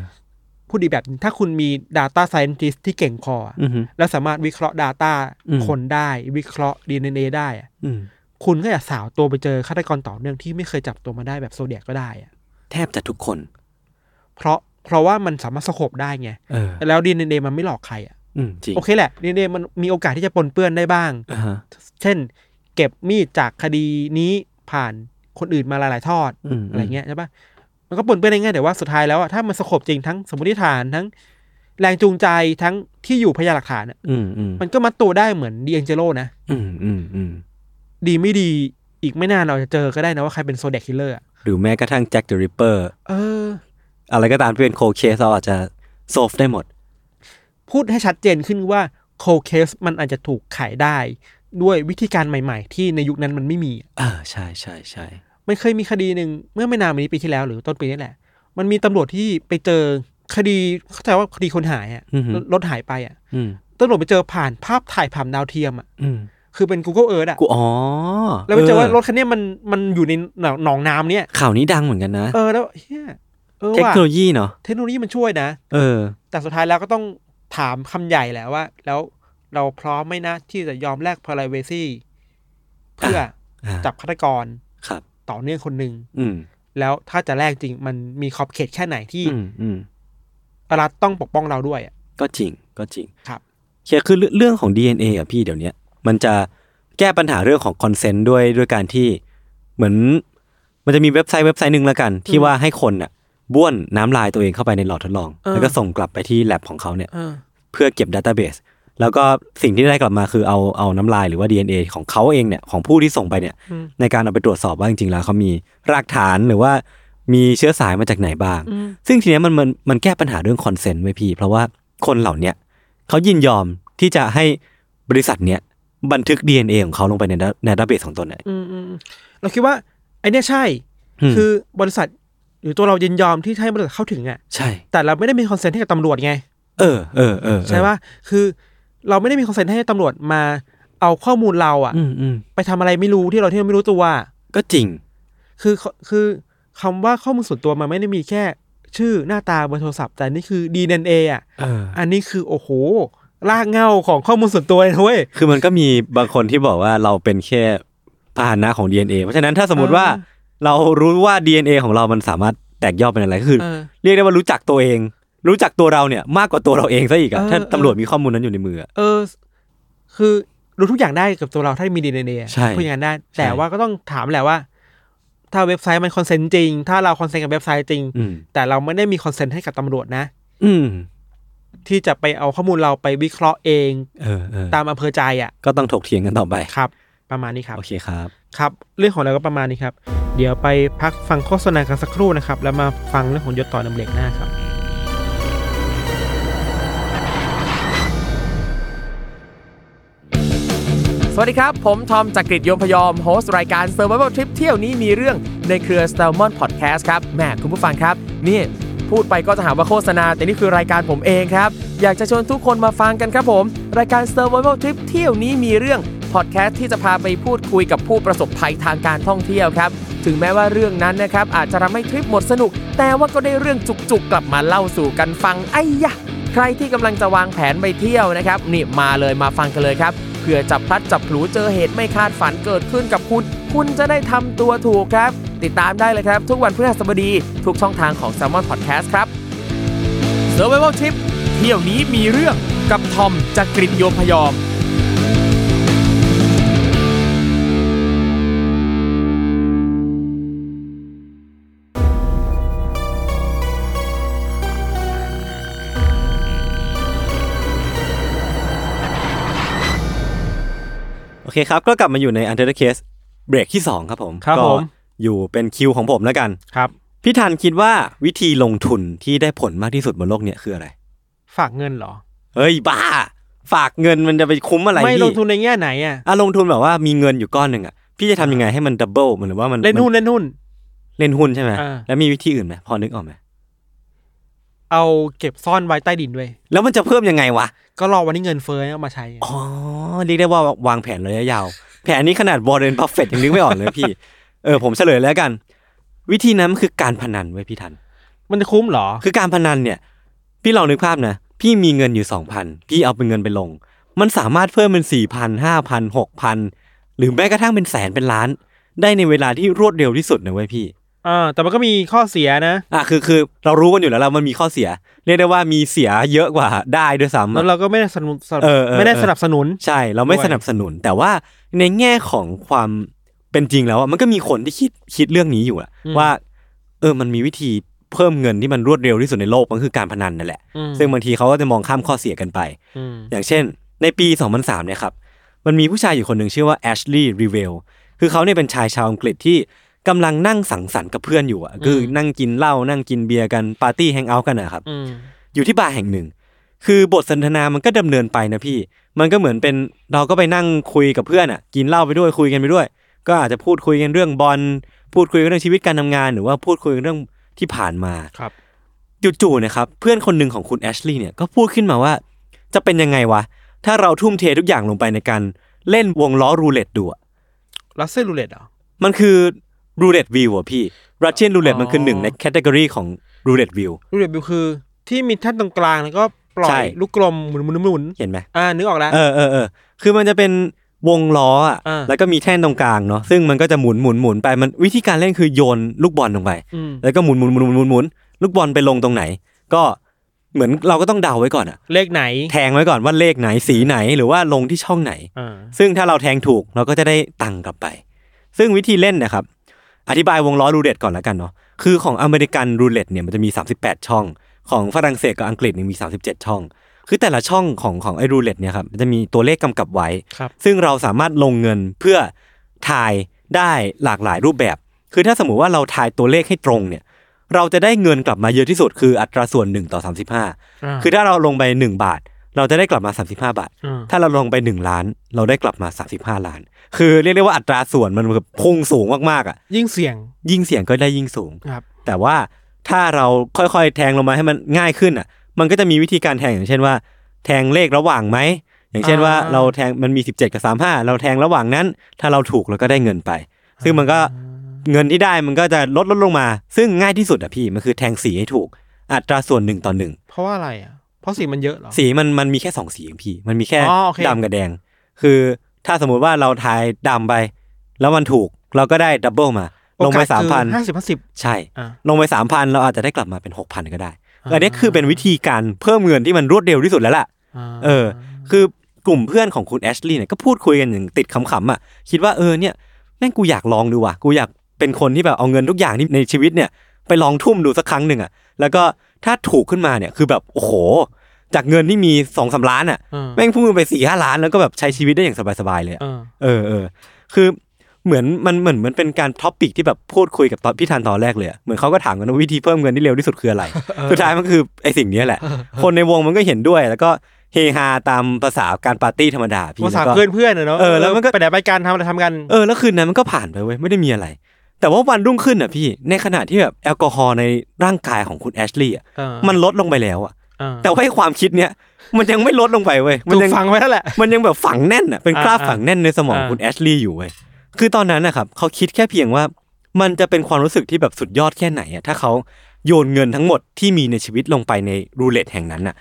S3: พูดดีแบบนี้ถ้าคุณมี Data Scientist ที่เก่งพออะ
S2: อือฮึ
S3: แล้วสามารถวิเคราะห์ Data
S2: อืม
S3: คนได้ วิเคราะห์ DNA ได้อะ
S2: อืม
S3: คุณก็อย่าสาวตัวไปเจอฆาตกรต่อเนื่องที่ไม่เคยจับตัวมาได้แบบโซเดียกก็ได้อะ
S2: แทบจะทุกคน
S3: เพราะเพราะว่ามันสามารถสโคบได้ไง
S2: เออ
S3: แล้ว DNA มันไม่หลอกใครอ่ะ
S2: อืมจริง
S3: โอเคแหละ DNA มันมีโอกาสที่จะปนเปื้อนได้บ้าง
S2: อ่าฮะ
S3: เช่น เก็บมีดจากคดีนี้ผ่านคนอื่นมาหลาย ๆ ทอด
S2: ม
S3: อะไรเงี้ยใช่ปะ มันก็ปนเปื้อนได้ง่ายแต่ว่าสุดท้ายแล้วอะถ้ามันสะกบจริงทั้งสมมติฐานทั้งแรงจูงใจทั้งที่อยู่พยานหลักฐานอะ
S2: อืมอืม
S3: มันก็มัดตัวได้เหมือนดีเอ็นเจโร่นะ
S2: อืมอืมอืม
S3: ดีไม่ดีอีกไม่นานเราจะเจอก็ได้นะว่าใครเป็นโซเด็กคิลเลอร์อะ
S2: หรือแม้กระทั่งแจ็คเดอะริปเปอร์
S3: เออ
S2: อะไรก็ตามที่เป็นโคเคสเราอาจจะโซฟได้หมด
S3: พูดให้ชัดเจนขึ้นว่าโคเคสมันอาจจะถูกขายได้ ด้วยวิธีการใหม่ๆ ที่ในยุคนั้นมันไม่มี
S2: อ่าใช่ใช่ใช่
S3: มันเคยมีคดีหนึ่งเมื่อไม่นานมานี้ปีที่แล้วหรือต้นปีนี่แหละ มันมีตำรวจที่ไปเจอคดีเข้าใจว่าคดีคนหายอะ
S2: อืมฮึ
S3: รถรถหายไปอะ
S2: อืม
S3: ตำรวจไปเจอผ่านภาพถ่ายผ่านดาวเทียมอะ
S2: อืม
S3: คือเป็น Google Earth อะ
S2: กูอ๋อ
S3: แล้วไปเจอว่ารถคันเนี้ยมันมันอยู่ในหนองหนองน้ำเนี่ย
S2: ข่าวนี้ดังเหมือนกันนะ
S3: เออแล้วเฮียเออ
S2: เทค
S3: ว่ะ
S2: โนโลยีเนาะ
S3: เทคโนโลยีมันช่วยนะ
S2: เออ
S3: แต่สุดท้ายแล้วก็ต้องถามคำใหญ่แหละว่า แล้วเราพร้อมไหมนะที่จะยอมแลก privacy เพื่อ
S2: อ่า
S3: จับฆาตกร
S2: ครับ
S3: ต่อเนื่องคนหนึ่ง
S2: อืม
S3: แล้วถ้าจะแลกจริงมันมีขอบเขตแค่ไหนที่
S2: อืมอืม
S3: รัฐต้องปกป้องเราด้วยอะ
S2: ก็จริงก็จริง
S3: ครับ
S2: เคียคือเรื่องเรื่องของ DNA อ่ะพี่เดี๋ยวเนี้ย มันจะแก้ปัญหาเรื่องของคอนเซนต์ด้วยด้วยการที่เหมือน มันจะมีเว็บไซต์เว็บไซต์หนึ่งละกัน ที่ว่าให้คนอ่ะบ้วนน้ำลายตัวเองเข้าไปในหลอดทดลอง
S3: เออ
S2: แล้วก็ส่งกลับไปที่แลบของเขาเนี่ย
S3: เออ
S2: เพื่อเก็บดัต a b a s e แล้วก็สิ่งที่ได้กลับมาคือเอาเอาน้ำลายหรือว่า DNA ของเขาเองเนี่ยของผู้ที่ส่งไปเนี่ย
S3: อืม
S2: ในการเอาไปตรวจสอบว่าจริงๆแล้วเขามีรากฐานหรือว่ามีเชื้อสายมาจากไหนบ้าง
S3: อืม
S2: ซึ่งทีเนี้ยมันมันมันแก้ปัญหาเรื่องคอนเซนต์ไว้พี่ เพราะว่าคนเหล่าเนี้ยเขายินยอมที่จะให้บริษัทเนี้ยบันทึก DNA ของเขาลงไปในในดัตเตอร์เบสของตนเนี่ย
S3: อืมอืมเราคิดว่าไอเนี้ยใช่
S2: ม
S3: คือบริษัทหรือตัวเรายินยอมที่จะให้บริษัทเข้าถึงอะ
S2: ใช่
S3: แต่เราไม่ได้มีคอนเซนต์ให้กับตำรวจไง
S2: เออเออเออเออ
S3: ใช่ป่ะคือเราไม่ได้มีคอนเซนต์ให้ตำรวจมาเอาข้อมูลเราอะ
S2: อืมอืม
S3: ไปทำอะไรไม่รู้ที่เราที่เราไม่รู้ตัวอะ
S2: ก็จริง
S3: คือคือคำว่าข้อมูลส่วนตัวมันไม่ได้มีแค่ชื่อหน้าตาเบอร์โทรศัพท์ แต่นี่คือ DNA อ่ะ
S2: เออ
S3: อันนี้คือโอ้โหรากเหง้าของข้อมูลส่วนตัวเลยนะเว้ย
S2: คือมันก็มีบางคนที่บอกว่าเราเป็นแค่พาหนะของ DNA เพราะฉะนั้นถ้าสมมติว่า
S3: อ่า
S2: เรารู้ว่า DNA ของเรามันสามารถแตกย่อยเป็นอะไรก็คือ
S3: เออ
S2: เรียกได้ว่ารู้จักตัวเอง รู้จักตัวเราเนี่ยมากกว่าตัวเราเองซะอีกอะ
S3: เออ
S2: ถ้า
S3: เออ
S2: ตำรวจมีข้อมูลนั้นอยู่ในมืออะ
S3: เออ คือรู้ทุกอย่างได้กับตัวเราถ้ามี DNA อะ
S2: ใช่
S3: พูดอย่างนั้นได้
S2: ใช่
S3: แต่ว่าก็ต้องถามแหละว่า ถ้าเว็บไซต์มันคอนเซนต์จริง ถ้าเราคอนเซนต์กับเว็บไซต์จริง
S2: อืม
S3: แต่เราไม่ได้มีคอนเซนต์ให้กับตำรวจนะ
S2: อืม
S3: ที่จะไปเอาข้อมูลเราไปวิเคราะห์เอง
S2: เออเออ
S3: ตามอำเภอใจอ่ะ
S2: ก็ต้องถกเถียงกันต่อไป
S3: ครับ ประมาณนี้ครับ
S2: โอเคครับ
S3: ครับ เรื่องของเราก็ประมาณนี้ครับ เดี๋ยวไปพักฟังโฆษณากันสักครู่นะครับ แล้วมาฟังเรื่องของยศต่อในเบรกหน้าครับ
S4: สวัสดีครับ ผม ทอมจากกรีฑยมพยอม โฮสต์รายการ Survival Trip เที่ยวนี้มีเรื่องในเครือ s t a l m o n Podcast ครับแหมคุณผู้ฟังครับ นี่ พูดไปก็จะหาว่าโฆษณา แต่นี่คือรายการผมเองครับ อยากจะชวนทุกคนมาฟังกันครับผม รายการ Survival Trip เที่ยวนี้มีเรื่องพอดแคสต์ที่จะพาไปพูดคุยกับผู้ประสบภัยทางการท่องเที่ยวครับ ถึงแม้ว่าเรื่องนั้นนะครับอาจจะทำให้ทริปหมดสนุก แต่ว่าก็ได้เรื่องจุกๆ กลับมาเล่าสู่กันฟังไอ้ยะ ใครที่กำลังจะวางแผนไปเที่ยวนะครับนี่มาเลยมาฟังกันเลยครับเพื่อจับพลัดจับผลูเจอเหตุไม่คาดฝันเกิดขึ้นกับคุณ คุณจะได้ทำตัวถูกครับ ติดตามได้เลยครับ ทุกวันพฤหัสบดี ทุกช่องทางของ s ซ l m o n Podcast ครับ s u r v i v a l Trip เที่ยวนี้มีเรื่องกับทอมจากกรินโยมพยอม
S2: โอเคครับ ก็กลับมาอยู่ใน u n t e r Case เบรกที่ 2 ครับผม
S3: ครับ
S2: ก็
S3: ผม
S2: อยู่เป็นคิวของผมแล้วกัน
S3: ครับ
S2: พี่ทันคิดว่าวิธีลงทุนที่ได้ผลมากที่สุดบนโลกเนี่ยคืออะไร
S3: ฝากเงินเหรอ
S2: เฮ้ยบ้า ฝากเงินมันจะไปคุ้มอะไร
S3: ไม่
S2: พี่
S3: ลงทุนในแง่ไหนอ่ะ
S2: อ่ะลงทุนแบบว่ามีเงินอยู่ก้อนหนึ่งอ่ะพี่จะทำยังไงให้มันดับเบิลเหมือนว่ามัน
S3: เล่นหุ้นเล่นหุ้น
S2: เล่นหุ้นใช่ไหม
S3: อ่า
S2: แล้วมีวิธีอื่นไหมพอนึกออกไหม
S3: เอาเก็บซ่อนไว้ใต้ดินด้วย
S2: แล้วมันจะเพิ่มยังไงวะ
S3: ก็รอวันที่เงินเฟ้อเอามาใช้ไง
S2: อ๋อเรียกได้ว่าวางแผนระยะยาว แผนนี้ขนาดบอร์เรนบัฟเฟตยังนึกไม่ออกเลยพี่ เออผมเฉลยแล้วกัน วิธีนั้นมันคือการพนันเว้ยพี่ทัน
S3: มันจะคุ้มเหรอ
S2: คือการพนันเนี่ย พี่ลองนึกภาพนะ พี่มีเงินอยู่สองพันพี่เอาเป็นเงินไปลง มันสามารถเพิ่มเป็นสี่พันห้าพันหกพันหรือแม้กระทั่งเป็นแสนเป็นล้าน ได้ในเวลาที่รวดเร็วที่สุดนะเว้ยพี่
S3: อ่า แต่มันก็มีข้อเสียนะ
S2: อ่ะคือคือเรารู้กันอยู่แล้วเรามันมีข้อเสีย เรียกได้ว่ามีเสียเยอะกว่าได้ด้วยซ้ำ
S3: แล้ว
S2: อะ
S3: เราก็ไม่ได้สนับสนุน
S2: เออเออ
S3: ไม่ได้สนับสนุน
S2: ใช่เราไม่
S3: ด้วย
S2: สนับสนุน แต่ว่าในแง่ของความเป็นจริงแล้วอะมันก็มีคนที่คิดคิดเรื่องนี้อยู่อะว่า เ เออมันมีวิธีเพิ่มเงินที่มันรวดเร็วที่สุดในโลกมันคือการพนันนั่นแหละ
S3: อืม
S2: ซึ่งบางทีเขาก็จะมองข้ามข้อเสียกันไป
S3: อืม
S2: อย่างเช่น ในปี 2003 เนี่ยครับ มันมีผู้ชายอยู่คนหนึ่งชื่อว่าแอชลีย์รีเวลคือเขาเนี่ยเป็นชายชาวอังกฤษที่กำลังนั่งสังสรรค์กับเพื่อนอยู่อะคือนั่งกินเหล้านั่งกินเบียร์กันปาร์ตี้แฮงเอาท์กันนะครับ
S3: อืม
S2: อยู่ที่บาร์แห่งหนึ่ง คือบทสนทนามันก็ดำเนินไปนะพี่ มันก็เหมือนเป็นเราก็ไปนั่งคุยกับเพื่อนอ่ะ กินเหล้าไปด้วยคุยกันไปด้วย ก็อาจจะพูดคุยกันเรื่องบอล พูดคุยกันเรื่องชีวิตการทำงาน หรือว่าพูดคุยกันเรื่องที่ผ่านมา
S3: ครับ
S2: จู่ๆนะครับ เพื่อนคนหนึ่งของคุณแอชลีย์เนี่ยก็พูดขึ้นมาว่า จะเป็นยังไงวะ ถ้าเราทุ่มเททุกอย่างลงไปในการเล่นวงล้อรูเล็ตดูอะ
S3: ลัสเซลลูเลตเหรอ
S2: มันคือรูเล็ตวิวอ่ะพี่รัสเชียนรูเล็ตมันคือหนึ่งในแคตตากรีของรูเล็ตวิว
S3: รูเดบิวคือที่มีแท่นตรงกลางแล้วก็ปล่อ
S2: ใช่
S3: ยลูกกลมหมุนหมุนหมุน
S2: เห็นไหม
S3: อ่านึกออกแล้ว
S2: เออเออเออคือมันจะเป็นวงล้ออ่ะ
S3: อ่า
S2: แล้วก็มีแท่นตรงกลางเนาะ ซึ่งมันก็จะหมุนหมุนหมุนไป มันวิธีการเล่นคือโยนลูกบอลลงไป
S3: อืม
S2: แล้วก็หมุนหมุนหมุนหมุนหมุนหมุนลูกบอลไปลงตรงไหน ก็เหมือนเราก็ต้องเดาไว้ก่อนอ่ะ
S3: เลขไหน
S2: แทงไว้ก่อนว่าเลขไหนสีไหนหรือว่าลงที่ช่องไหน
S3: อ่า
S2: ซึ่งถ้าเราแทงถูกเราก็จะได้ตังค์กลับไป ซึ่งวิธีเล่นเนะครับ อธิบายวงล้อรูเล็ตก่อนแล้วกันเนาะ คือของอเมริกันรูเล็ตเนี่ยมันจะมี 38 ช่อง ของฝรั่งเศสกับอังกฤษเนี่ยมี 37 ช่อง คือแต่ละช่องของของไอ้รูเล็ตเนี่ยครับมันจะมีตัวเลขกำกับไว้
S3: ครับ
S2: ซึ่งเราสามารถลงเงินเพื่อทายได้หลากหลายรูปแบบ คือถ้าสมมุติว่าเราทายตัวเลขให้ตรงเนี่ย เราจะได้เงินกลับมาเยอะที่สุดคืออัตราส่วน1ต่อ35
S3: า
S2: คือถ้าเราลงไปหนึ่งบาท เราจะได้กลับมา 35 บาท
S3: า
S2: ถ้าเราลงไป 1 ล้าน เราได้กลับมา 35 ล้าน คือเรียกได้ว่าอัตราส่วนมันแบบพุ่งสูงมากๆอ่ะ
S3: ยิ่งเสี่ยง
S2: ยิ่งเสี่ยงก็ได้ยิ่งสูง
S3: ครับ
S2: แต่ว่าถ้าเราค่อยๆ แทงลงมาให้มันง่ายขึ้นอ่ะ มันก็จะมีวิธีการแทงอย่างเช่นว่า แทงเลขระหว่างไหม อย่างเช่นว่า
S3: อ่า
S2: เราแทงมันมี 17 กับ 35 เราแทงระหว่างนั้น ถ้าเราถูกเราก็ได้เงินไป ซึ่งมันก็เงินที่ได้มันก็จะลดลดลงมา ซึ่งง่ายที่สุดอ่ะพี่ มันคือแทงสีให้ถูก อัตราส่วนหนึ่งต่อหนึ่ง
S3: เพราะว่าอะไรอ่ะ เพราะสีมันเยอะเหรอ
S2: สีมันมันมีแค่สองสีเองพี่ มันมีแค่
S3: อ๋อโอเค
S2: ดำกับแดง คือถ้าสมมุติว่าเราทายดำไป แล้วมันถูกเราก็ได้ดับเบิลมา ลงไปสามพัน
S3: ห้าสิบห้าสิบ
S2: ใช่
S3: อ่า
S2: ลงไปสามพันเราอาจจะได้กลับมาเป็นหกพันก็ได้
S3: อ่า
S2: อันนี้คือเป็นวิธีการเพิ่มเงินที่มันรวดเร็วที่สุดแล้วล่ะ เออ คือกลุ่มเพื่อนของคุณแอชลีย์เนี่ยก็พูดคุยกันอย่างติดขำๆอ่ะคิดว่าเออเนี่ยแม่งกูอยากลองดูว่ะกูอยากเป็นคนที่แบบเอาเงินทุกอย่างที่ในชีวิตเนี่ยไปลองทุ่มดูสักครั้งหนึ่งอ่ะแล้วก็ถ้าถูกขึ้นมาเนี่ยคือแบบโอ้โห จากเงินที่มีสองสาล้านอ่ะ
S3: เออ
S2: แม่งพุ่งไปสี่ห้าล้านแล้วก็แบบใช้ชีวิตได้อย่างสบายๆเลยอะ
S3: เออ
S2: เออเออคือเหมือนมันเหมือนมันเป็นการท็อปปิกที่แบบพูดคุยกับตอนพี่ธันตอนแรกเลยอะเหมือนเขาก็ถามกันว่าวิธีเพิ่มเงินที่เร็วที่สุดคืออะไร สุดท้ายมันคือไอสิ่งเนี้ยแหละ คนในวงมันก็เห็นด้วย แล้วก็เฮฮาตามภาษาการปาร์ตี้ธรรมดาพี่
S3: ภาษา
S2: แล้วก็
S3: เพื่อนเพื่อนๆอะเนาะ
S2: เออแล้วมันก็
S3: ไปไหนไปกันทำอะไรทำกัน
S2: เออแล้วคืนนั้นมันก็ผ่านไปเว้ยไม่ได้มีอะไร แต่ว่าวันรุ่งขึ้นอ่ะพี่ในขณะที่แบบแอลกอฮอล์ในร่างกายของคุณแอชลีย์อะ
S3: เออ
S2: มันลดลงไปแล้วอ่ะ
S3: เออ
S2: แต่ว่าไอ้ความคิดเนี้ยมันยังไม่ลดลงไปเว้ยมั
S3: ถู
S2: น
S3: ก
S2: ยัง
S3: ฟังไว้แล้วแหละ
S2: มันยังแบบฝังแน่นอ่ะเป็น
S3: อ่า
S2: คราบฝังแน่นในสมอง
S3: อ่า
S2: คุณแอชลีย์อยู่เว้ยคือตอนนั้นนะครับเขาคิดแค่เพียงว่า มันจะเป็นความรู้สึกที่แบบสุดยอดแค่ไหนอ่ะถ้าเขาโยนเงินทั้งหมดที่มีในชีวิตลงไปในรูเล็ตแห่งนั้นอ่ะ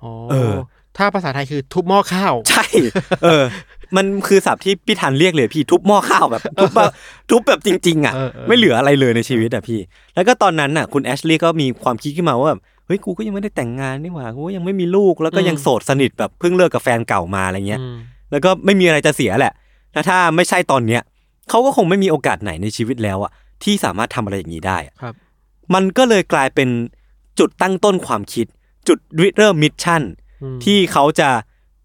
S3: โอ้
S2: เออ
S3: ถ้าภาษาไทยคือทุบหม้อข้าว
S2: ใช่ เออ มันคือศัพท์ที่พี่ทันเรียกเลยพี่ทุบหม้อข้าวแบบทุบแบบทุบแบบจริงๆอ่ะ
S3: เออเออ
S2: ไม่เหลืออะไรเลยในชีวิตอ่ะพี่ แล้วก็ตอนนั้นน่ะ คุณแอชลีย์ก็มีความคิดขึ้นมาว่าแบบเฮ้ยกูก็ยังไม่ได้แต่งงานนี่หว่ากูก็ยังไม่มีลูกแล้วก็ยังโสดสนิทแบบเพิ่งเลิกกับแฟนเก่ามาอะไรเงี้ย
S3: อืม
S2: แล้วก็ไม่มีอะไรจะเสียแหละ แล้วถ้าไม่ใช่ตอนเนี้ยเขาก็คงไม่มีโอกาสไหนในชีวิตแล้วอะที่สามารถทำอะไรอย่างนี้ได้อะ
S3: ครับ
S2: มันก็เลยกลายเป็นจุดตั้งต้นความคิด จุดริเริ่มมิชชั่น
S3: อืม
S2: ที่เขาจะ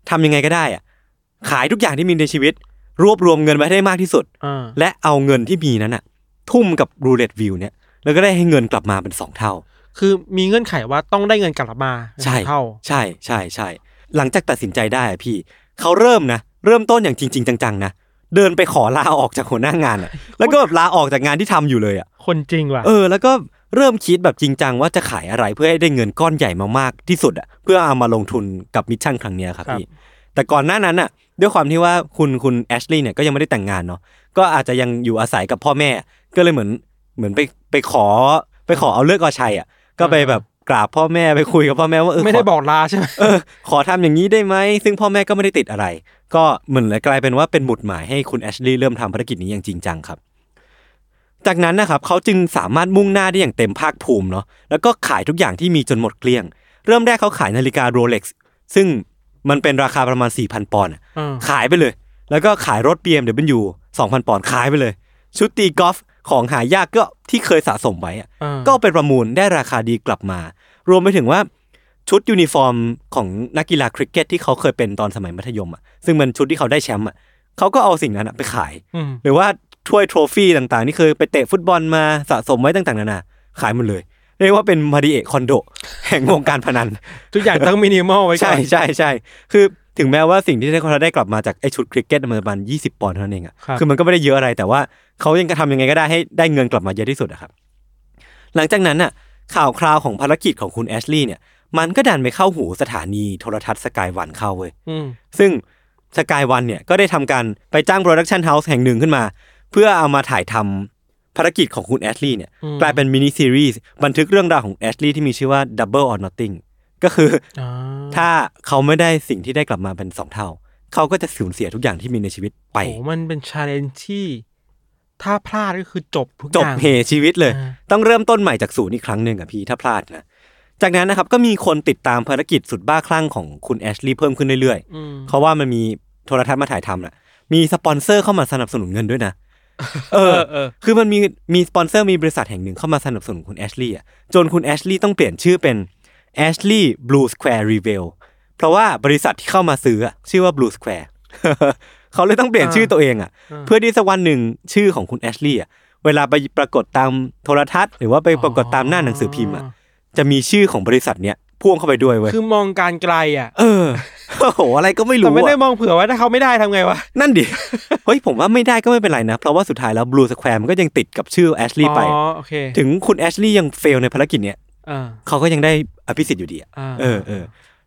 S2: ทำยังไงก็ได้อะขายทุกอย่างที่มีในชีวิต รวบรวมเงินไว้ให้ได้มากที่สุด
S3: อ่า
S2: และเอาเงินที่มีนั้นอะทุ่มกับรูเล็ตวิวเนี่ย แล้วก็ได้ให้เงินกลับมาเป็นสองเท่า
S3: คือมีเงื่อนไขว่าต้องได้เงินกลับมา
S2: ใช่
S3: เท่า
S2: ใช่ใช่ใช่หลังจากตัดสินใจได้อะพี่ เขาเริ่มนะ เริ่มต้นอย่างจริง ๆ จังๆนะ เดินไปขอลาออกจากหัวหน้างาน อะแล้วก็แบบลาออกจากงานที่ทำอยู่เลยอ่ะ
S3: คนจริงว่ะ
S2: เออแล้วก็เริ่มคิดแบบจริงจังว่าจะขายอะไรเพื่อให้ได้เงินก้อนใหญ่มามากที่สุดอ่ะเพื่อเอามาลงทุนกับมิชชั่นครั้งเนี้ยครับ
S3: ครับ
S2: พี่แต่ก่อนหน้านั้นอ่ะ ด้วยความที่ว่าคุณคุณแอชลีย์เนี่ยก็ยังไม่ได้แต่งงานเนาะก็อาจจะยังอยู่อาศัยกับพ่อแม่ ก็เลยเหมือนเหมือนไปไปขอไปขอเอาเลือกเอาชัยอ่ะก็ไปแบบกราบพ่อแม่ไปคุยกับพ่อแม่ว่าเออ
S3: ไม่
S2: ข
S3: ได้
S2: อ
S3: บอกลาใช่ไหม
S2: เออขอทำอย่างนี้ได้ไหม ซึ่งพ่อแม่ก็ไม่ได้ติดอะไร ก็เหมือนเลยกลายเป็นว่าเป็นหมุดหมายให้คุณแอชลีย์เริ่มทำภารกิจนี้อย่างจริงจังครับ จากนั้นนะครับเขาจึงสามารถมุ่งหน้าได้อย่างเต็มภาคภูมิเนาะแล้วก็ขายทุกอย่างที่มีจนหมดเกลี้ยง เริ่มแรกเขาขายนาฬิกาโรเล็กซ์ซึ่งมันเป็นราคาประมาณ 4,000 ปอนด์อะ
S3: อ่า
S2: ขายไปเลย แล้วก็ขายรถ BMW 2,000 ปอนด์ขายไปเลย ชุดตีกอล์ฟ ของหายากก็ที่เคยสะสมไว้อะ
S3: อ่า
S2: ก็เอาไปประมูลได้ราคาดีกลับมา รวมไปถึงว่าชุดยูนิฟอร์มของนักกีฬาคริกเก็ตที่เขาเคยเป็นตอนสมัยมัธยมอ่ะซึ่งมันชุดที่เขาได้แชมป์อ่ะเขาก็เอาสิ่งนั้นอะไปขาย
S3: อืม
S2: หรือว่าถ้วยโทรฟี่ต่างๆ นี่เคยไปเตะฟุตบอลมาสะสมไว้ต่างๆนานาขายหมดเลย เรียกว่าเป็นมาริเอะคอนโด แห่งวงการพนัน
S3: ทุกอย่างต้องมินิมอลไว้ก่
S2: ใช่
S3: อน
S2: ใช่ใช่คือถึงแม้ว่าสิ่งที่เขาได้กลับมาจากไอชุดคริกเก็ตมันประมาณยี่สิบปอนด์เท่านั้นเองอะ
S3: ครับ
S2: คือมันก็ไม่ได้เยอะอะไรแต่ว่าเขายังทำยังไงก็ได้ให้ได้เงินกลับมาเยอะที่สุดอะครับ หลังจากนั้นน่ะข่าวคราวของภารกิจของคุณแอชลีย์เนี่ย มันก็ดันไปเข้าหูสถานีโทรทัศน์สกายวันเข้าเว้ย
S3: อืม
S2: ซึ่งสกายวันเนี่ยก็ได้ทำการไปจ้างโปรดักชันเฮาส์แห่งหนึ่งขึ้นมา เพื่อเอามาถ่ายทำภารกิจของคุณแอชลีย์เนี่ยกลายเป็นมินิซีรีส์บันทึกเรื่องราวของแอชลีย์ที่มีชื่อว่า Double or Nothing ก็คือ
S3: อ่า
S2: ถ้าเขาไม่ได้สิ่งที่ได้กลับมาเป็นสองเท่า เขาก็จะสูญเสียทุกอย่างที่มีในชีวิตไป
S3: โอ้มันเป็นชาเลนจ์ที่ ถ้าพลาดก็คือจบทุกอ
S2: จบ
S3: ย่าง
S2: เหชีวิตเลย
S3: อ่า
S2: ต้องเริ่มต้นใหม่จากศูนย์อีกครั้งหนึ่งอะพี่ถ้าพลาดนะ จากนั้นนะครับก็มีคนติดตามภารกิจสุดบ้าคลั่งของคุณแอชลีย์เพิ่มขึ้นเรื่อย
S3: อืม
S2: ๆเพราะว่ามันมีโทรทัศน์มาถ่ายทำน่ะ มีสปอนเซอร์เข้ามาสนับสนุนเงินด้วยนะ เอ
S3: เอ
S2: อ
S3: อเออ
S2: คือมันมีมีสปอนเซอร์มีบริษัทแห่งหนึ่งเข้ามาสนับสนุนคุณแอชลีย์อะจนคุณแอชลีย์ต้องเปลี่ยนชื่อเป็น Ashley Blue Square Reveal เพราะว่าบริษัทที่เข้ามาซื้ออะชื่อว่า Blue Square เขาเลยต้องเปลี่ยนชื่อตัวเองอ่ะ เพื่อที่สักวันหนึ่งชื่อของคุณแอชลีย์อะเวลาไปปรากฏตามโทรทัศน์ หรือว่าไปปรากฏตามหน้าหนังสือพิมพ์อ่ะจะมีชื่อของบริษัทเนี้ยพ่วงเข้าไปด้วยเว้ย
S3: คือมองการไกลอ่ะ
S2: เออโอ้โหอะไรก็ไม่
S3: แต่
S2: รู้
S3: ไม่ได้
S2: อะ
S3: มองเผื่อว่าถ้าเขาไม่ได้ทำไงวะ
S2: นั่นดิ เฮ้ยผมว่าไม่ได้ก็ไม่เป็นไรนะ เพราะว่าสุดท้ายแล้วบลูสแควร์มันก็ยังติดกับชื่อแอชลีย์ไป
S3: อ๋อโอเค
S2: ถึงคุณแอชลีย์ยังเฟลในภารกิจเนี่ย
S3: อ่า
S2: เขาก็ยังได้อภิสิทธิ์อยู่ดีอะ
S3: อ่า
S2: เออเออ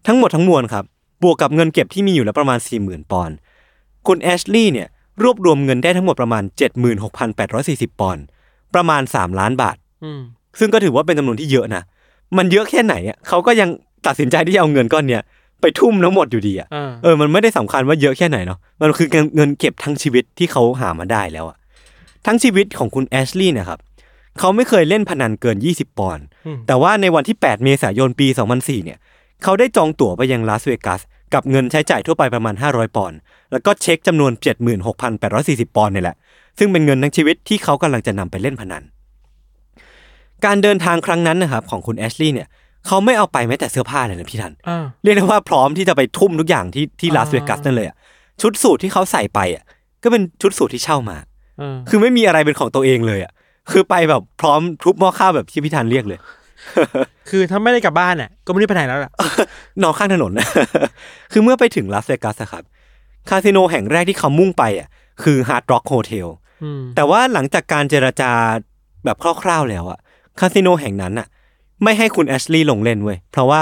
S2: ทั้งหมดทั้งมวลครับ บวกกับเงินเก็บที่มีอยู่แล้วประมาณ 4 0,000 ปอนด์คุณแอชลีย์เนี่ยรวบรวมเงินได้ทั้งหมดประมาณ 76,840 ปอนด์ประมาณ 3 ล้านบาท
S3: อืม
S2: ซึ่งก็ถือว่าเป็นจำนวนที่เยอะนะมันเยอะแค่ไหนอะเขาก็ยังตัดสินใจที่จะเอาเงินก้อนเนี่ยไปทุ่มทั้งหมดอยู่ดีอะ
S3: อ่า
S2: เออ มันไม่ได้สำคัญว่าเยอะแค่ไหนเนาะ มันคือเงินเงินเก็บทั้งชีวิตที่เขาหามาได้แล้วอะทั้งชีวิตของคุณแอชลีย์เนะครับ เขาไม่เคยเล่นพนันเกิน 20 ปอนด์
S3: ม
S2: แต่ว่าในวันที่ 8 เมษายนปี 2004 เนี่ย เขาได้จองตั๋วไปยังลาสเวกัส กับเงินใช้จ่ายทั่วไปประมาณ 500 ปอนด์ แล้วก็เช็คจำนวน 76,840 ปอนด์เนี่ยแหละ ซึ่งเป็นเงินทั้งชีวิตที่เขากำลังจะนำไปเล่นพนัน การเดินทางครั้งนั้นนะครับของคุณแอชลีย์เนี่ย เขาไม่เอาไปแม้แต่เสื้อผ้าเลยนะพี่ทัน
S3: อ่า
S2: เรียกได้ว่าพร้อมที่จะไปทุ่มทุกอย่างที่ที่
S3: อ่า
S2: ลาสเวกัสนั่นเลยอะชุดสูทที่เขาใส่ไปอ่ะก็เป็นชุดสูทที่เช่ามา
S3: อ่า
S2: คือไม่มีอะไรเป็นของตัวเองเลยอ่ะคือไปแบบพร้อมทุบหม้อข้าวแบบที่พี่ธันเรียกเลย
S3: คือถ้าไม่ได้กลับบ้านอ่ะ ก็ไม่ได้ไปไหนแล้วล่ะ
S2: นอนข้างถนน คือเมื่อไปถึงลาสเวกัสอะครับคาสิโนแห่งแรกที่เขามุ่งไปอ่ะคือฮาร์ดร็อกโฮเทล
S3: อืม
S2: แต่ว่าหลังจากการเจรจาแบบคร่าวๆแล้วอ่ะคาสิโนแห่งนั้นอ่ะไม่ให้คุณแอชลีย์ลงเล่นเว้ยเพราะว่า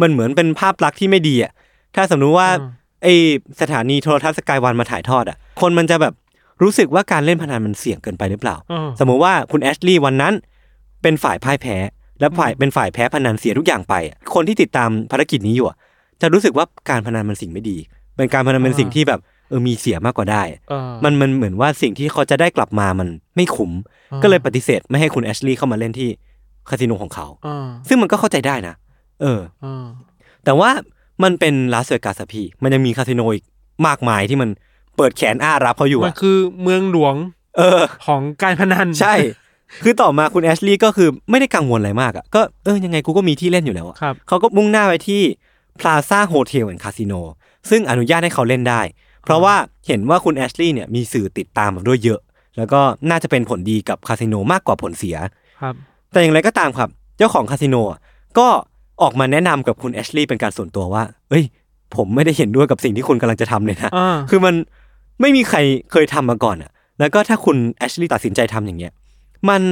S2: มันเหมือนเป็นภาพลักษณ์ที่ไม่ดีอ่ะถ้าสมมติว่า
S3: อืม
S2: ไอสถานีโทรทัศน์สกายวันมาถ่ายทอดอ่ะ คนมันจะแบบรู้สึกว่าการเล่นพนันมันเสี่ยงเกินไปหรือเปล่า
S3: อ่า
S2: สมมุติว่าคุณแอชลีย์วันนั้น เป็นฝ่ายพ่ายแพ้ และฝ่ายเป็นฝ่ายแพ้พนันเสียทุกอย่างไปอะคนที่ติดตามภารกิจนี้อยู่อะจะรู้สึกว่าการพนันมันสิ่งไม่ดี เป็นการพนันเป็น
S3: อ่า
S2: สิ่งที่แบบเออมีเสียมากกว่าได้
S3: เออ
S2: มันมันเหมือนว่าสิ่งที่เขาจะได้กลับมามันไม่คุ้ม
S3: อ่า
S2: ก็เลยปฏิเสธไม่ให้คุณแอชลีย์เข้ามาเล่นที่คาสิโนของเขา
S3: อ่า
S2: ซึ่งมันก็เข้าใจได้นะเออ
S3: อ่า
S2: แต่ว่ามันเป็นลาสเวกัสอะพี่ มันยังมีคาสิโนอีกมากมายที่มันเปิดแขนอ้ารับเขาอยู่
S3: มัน
S2: อะ
S3: คือเมืองหลวง
S2: เออ
S3: ของการพนัน
S2: ใช่ คือต่อมาคุณแอชลีย์ก็คือไม่ได้กังวลอะไรมากอะก็เออยังไงกูก็มีที่เล่นอยู่แล้วอะ
S3: ครับ
S2: เขาก็มุ่งหน้าไปที่พลาซ่าโฮเทลแอนด์คาสิโนซึ่งอนุญาตให้เขาเล่นได้ เพราะว่าเห็นว่าคุณแอชลีย์เนี่ยมีสื่อติดตามแบบด้วยเยอะ แล้วก็น่าจะเป็นผลดีกับคาสิโนมากกว่าผลเสีย
S3: ครับ
S2: แต่อย่างไรก็ตามครับ เจ้าของคาสิโนอ่ะก็ออกมาแนะนำกับคุณแอชลีย์เป็นการส่วนตัวว่า เอ้ย ผมไม่ได้เห็นด้วยกับสิ่งที่คุณกำลังจะทำเลยนะ
S3: อ่า
S2: คือมันไม่มีใครเคยทำมาก่อนอ่ะ แล้วก็ถ้าคุณแอชลีย์ตัดสินใจทำอย่างเงี้ย มัน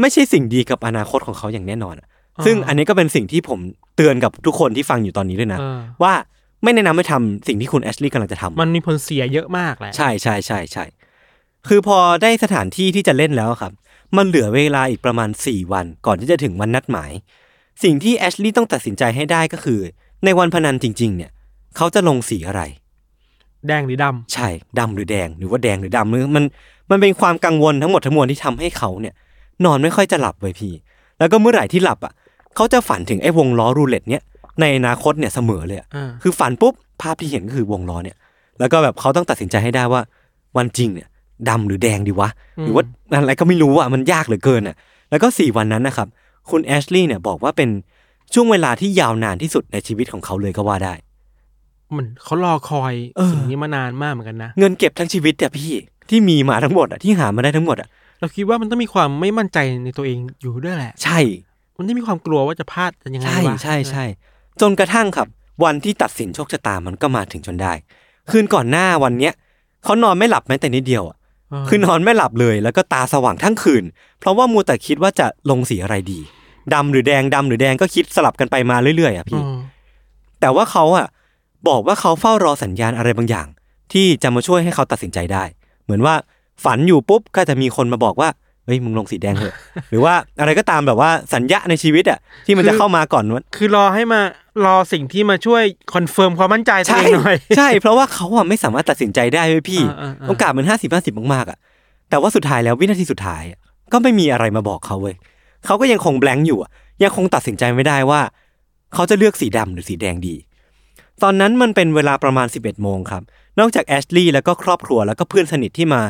S2: ไม่ใช่สิ่งดีกับอนาคตของเขาอย่างแน่นอนอะซึ่งอันนี้ก็เป็นสิ่งที่ผมเตือนกับทุกคนที่ฟังอยู่ตอนนี้ด้วยนะ
S3: เออ
S2: ว่าไม่แนะนำให้ทำสิ่งที่คุณแอชลีย์กำลังจะทำอะ
S3: มันมีผลเสียเยอะมากแหละ
S2: ใช่ใช่ใช่ใช่ คือพอได้สถานที่ที่จะเล่นแล้วครับ มันเหลือเวลาอีกประมาณ 4 วันก่อนที่จะถึงวันนัดหมาย สิ่งที่แอชลีย์ต้องตัดสินใจให้ได้ก็คือ ในวันพนันจริง ๆ เนี่ย เขาจะลงสีอะไร
S3: แดงหรือดำ
S2: ใช่ดำหรือแดงหรือว่าแดงหรือดำหรือมันมันเป็นความกังวลทั้งหมดทั้งมวลที่ทำให้เขาเนี่ย นอนไม่ค่อยจะหลับเลยพี่ แล้วก็เมื่อไหร่ที่หลับอ่ะ เขาจะฝันถึงไอ้วงล้อรูเล็ตเนี่ยในอนาคตเนี่ยเสมอเลยอะ
S3: อ่า
S2: คือฝันปุ๊บภาพที่เห็นก็คือวงล้อเนี่ย แล้วก็แบบเขาต้องตัดสินใจให้ได้ว่า วันจริงเนี่ย ดำหรือแดงดีวะ
S3: อืม
S2: หรือว่าอะไรก็ไม่รู้อ่ะมันยากเหลือเกินอ่ะ แล้วก็สี่วันนั้นนะครับคุณแอชลีย์เนี่ยบอกว่าเป็นช่วงเวลาที่ยาวนานที่สุดในชีวิตของเขาเลยก็ว่าได้
S3: มันเขารอคอย
S2: เออ
S3: สิ่งนี้มานานมากเหมือนกันนะ
S2: เงินเก็บทั้งชีวิตเนี่ยพี่ที่มีมาทั้งหมดอ่ะที่หามาได้ทั้งหมดอ่ะ
S3: เราคิดว่ามันต้องมีความไม่มั่นใจในตัวเองอยู่ด้วยแหละ
S2: ใช่
S3: มันต้องมีความกลัวว่าจะพลาดจะยังไง
S2: ใช่
S3: วะ
S2: ใช่ใช่จนกระทั่งครับ วันที่ตัดสินโชคชะตามันก็มาถึงจนได้ คืนก่อนหน้าวันเนี้ยเขานอนไม่หลับแม้แต่นิดเดียวอ่ะ
S3: เออ
S2: คือนอนไม่หลับเลยแล้วก็ตาสว่างทั้งคืน เพราะว่ามูแต่คิดว่าจะลงสีอะไรดีดำหรือแดงดำหรือแดงก็คิดสลับกันไปมาเรื่อยๆอ่ะ
S3: อื
S2: พี่
S3: ม
S2: แต่ว่าเขาอ่ะบอกว่าเขาเฝ้ารอสัญญาณอะไรบางอย่าง ที่จะมาช่วยให้เขาตัดสินใจได้ เหมือนว่าฝันอยู่ปุ๊บก็จะมีคนมาบอกว่าเฮ้ยมึงลงสีแดงเถอะ หรือว่าอะไรก็ตามแบบว่าสัญญาในชีวิตอ่ะที่มันจะ เข้ามาก่อนว่า
S3: คือรอให้มารอสิ่งที่มาช่วยคอนเฟิร์มความมั่นใจตัว
S2: ใช่
S3: เองหน่อย
S2: ใช่ เพราะว่าเขาอะไม่สามารถตัดสินใจได้เว้ยพี่
S3: อ่าอ่าอ่า
S2: โอกาสมันห้าสิบห้าสิบมากๆอ่ะแต่ว่าสุดท้ายแล้ววินาทีสุดท้ายอะก็ไม่มีอะไรมาบอกเขาเว้ยเขาก็ยังคงแบง k อยู่อะยังคงตัดสินใจไม่ได้ว่า เขาจะเลือกสีดำหรือสีแดงดี ตอนนั้นมันเป็นเวลาประมาณ 11โมงครับ นอกจากแอชลีย์แล้วก็ครอบครัวแล้วก็เพื่อนสนิทที่มา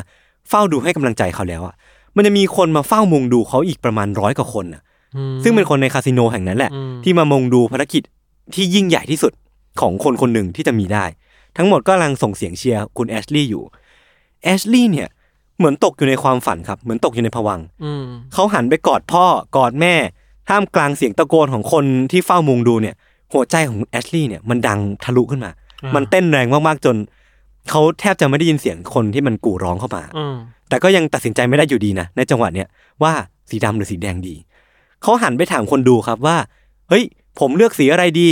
S2: เฝ้าดูให้กำลังใจเขาแล้วอ่ะมันจะมีคนมาเฝ้ามุงดูเขาอีกประมาณร้อยกว่าคนอ่ะ
S3: อืม
S2: ซึ่งเป็นคนในคาสิโนแห่งนั้นแหละ
S3: อืม
S2: ที่มามงดูภารกิจที่ยิ่งใหญ่ที่สุดของคนคนหนึ่งที่จะมีได้ ทั้งหมดก็กำลังส่งเสียงเชียร์คุณแอชลีย์อยู่แอชลีย์เนี่ยเหมือนตกอยู่ในความฝันครับ เหมือนตกอยู่ในผวังค์
S3: อืม
S2: เขาหันไปกอดพ่อกอดแม่ท่ามกลางเสียงตะโกนของคนที่เฝ้ามุงดูเนี่ย หัวใจของแอชลีย์เนี่ยมันดังทะลุขึ้นมา มันเต้นแรงมากๆจนเขาแทบจะไม่ได้ยินเสียงคนที่มันกู่ร้องเข้ามา
S3: อืม
S2: แต่ก็ยังตัดสินใจไม่ได้อยู่ดีนะ ในจังหวะเนี้ยว่าสีดำหรือสีแดงดี เขาหันไปถามคนดูครับว่า เฮ้ย ผมเลือกสีอะไรดี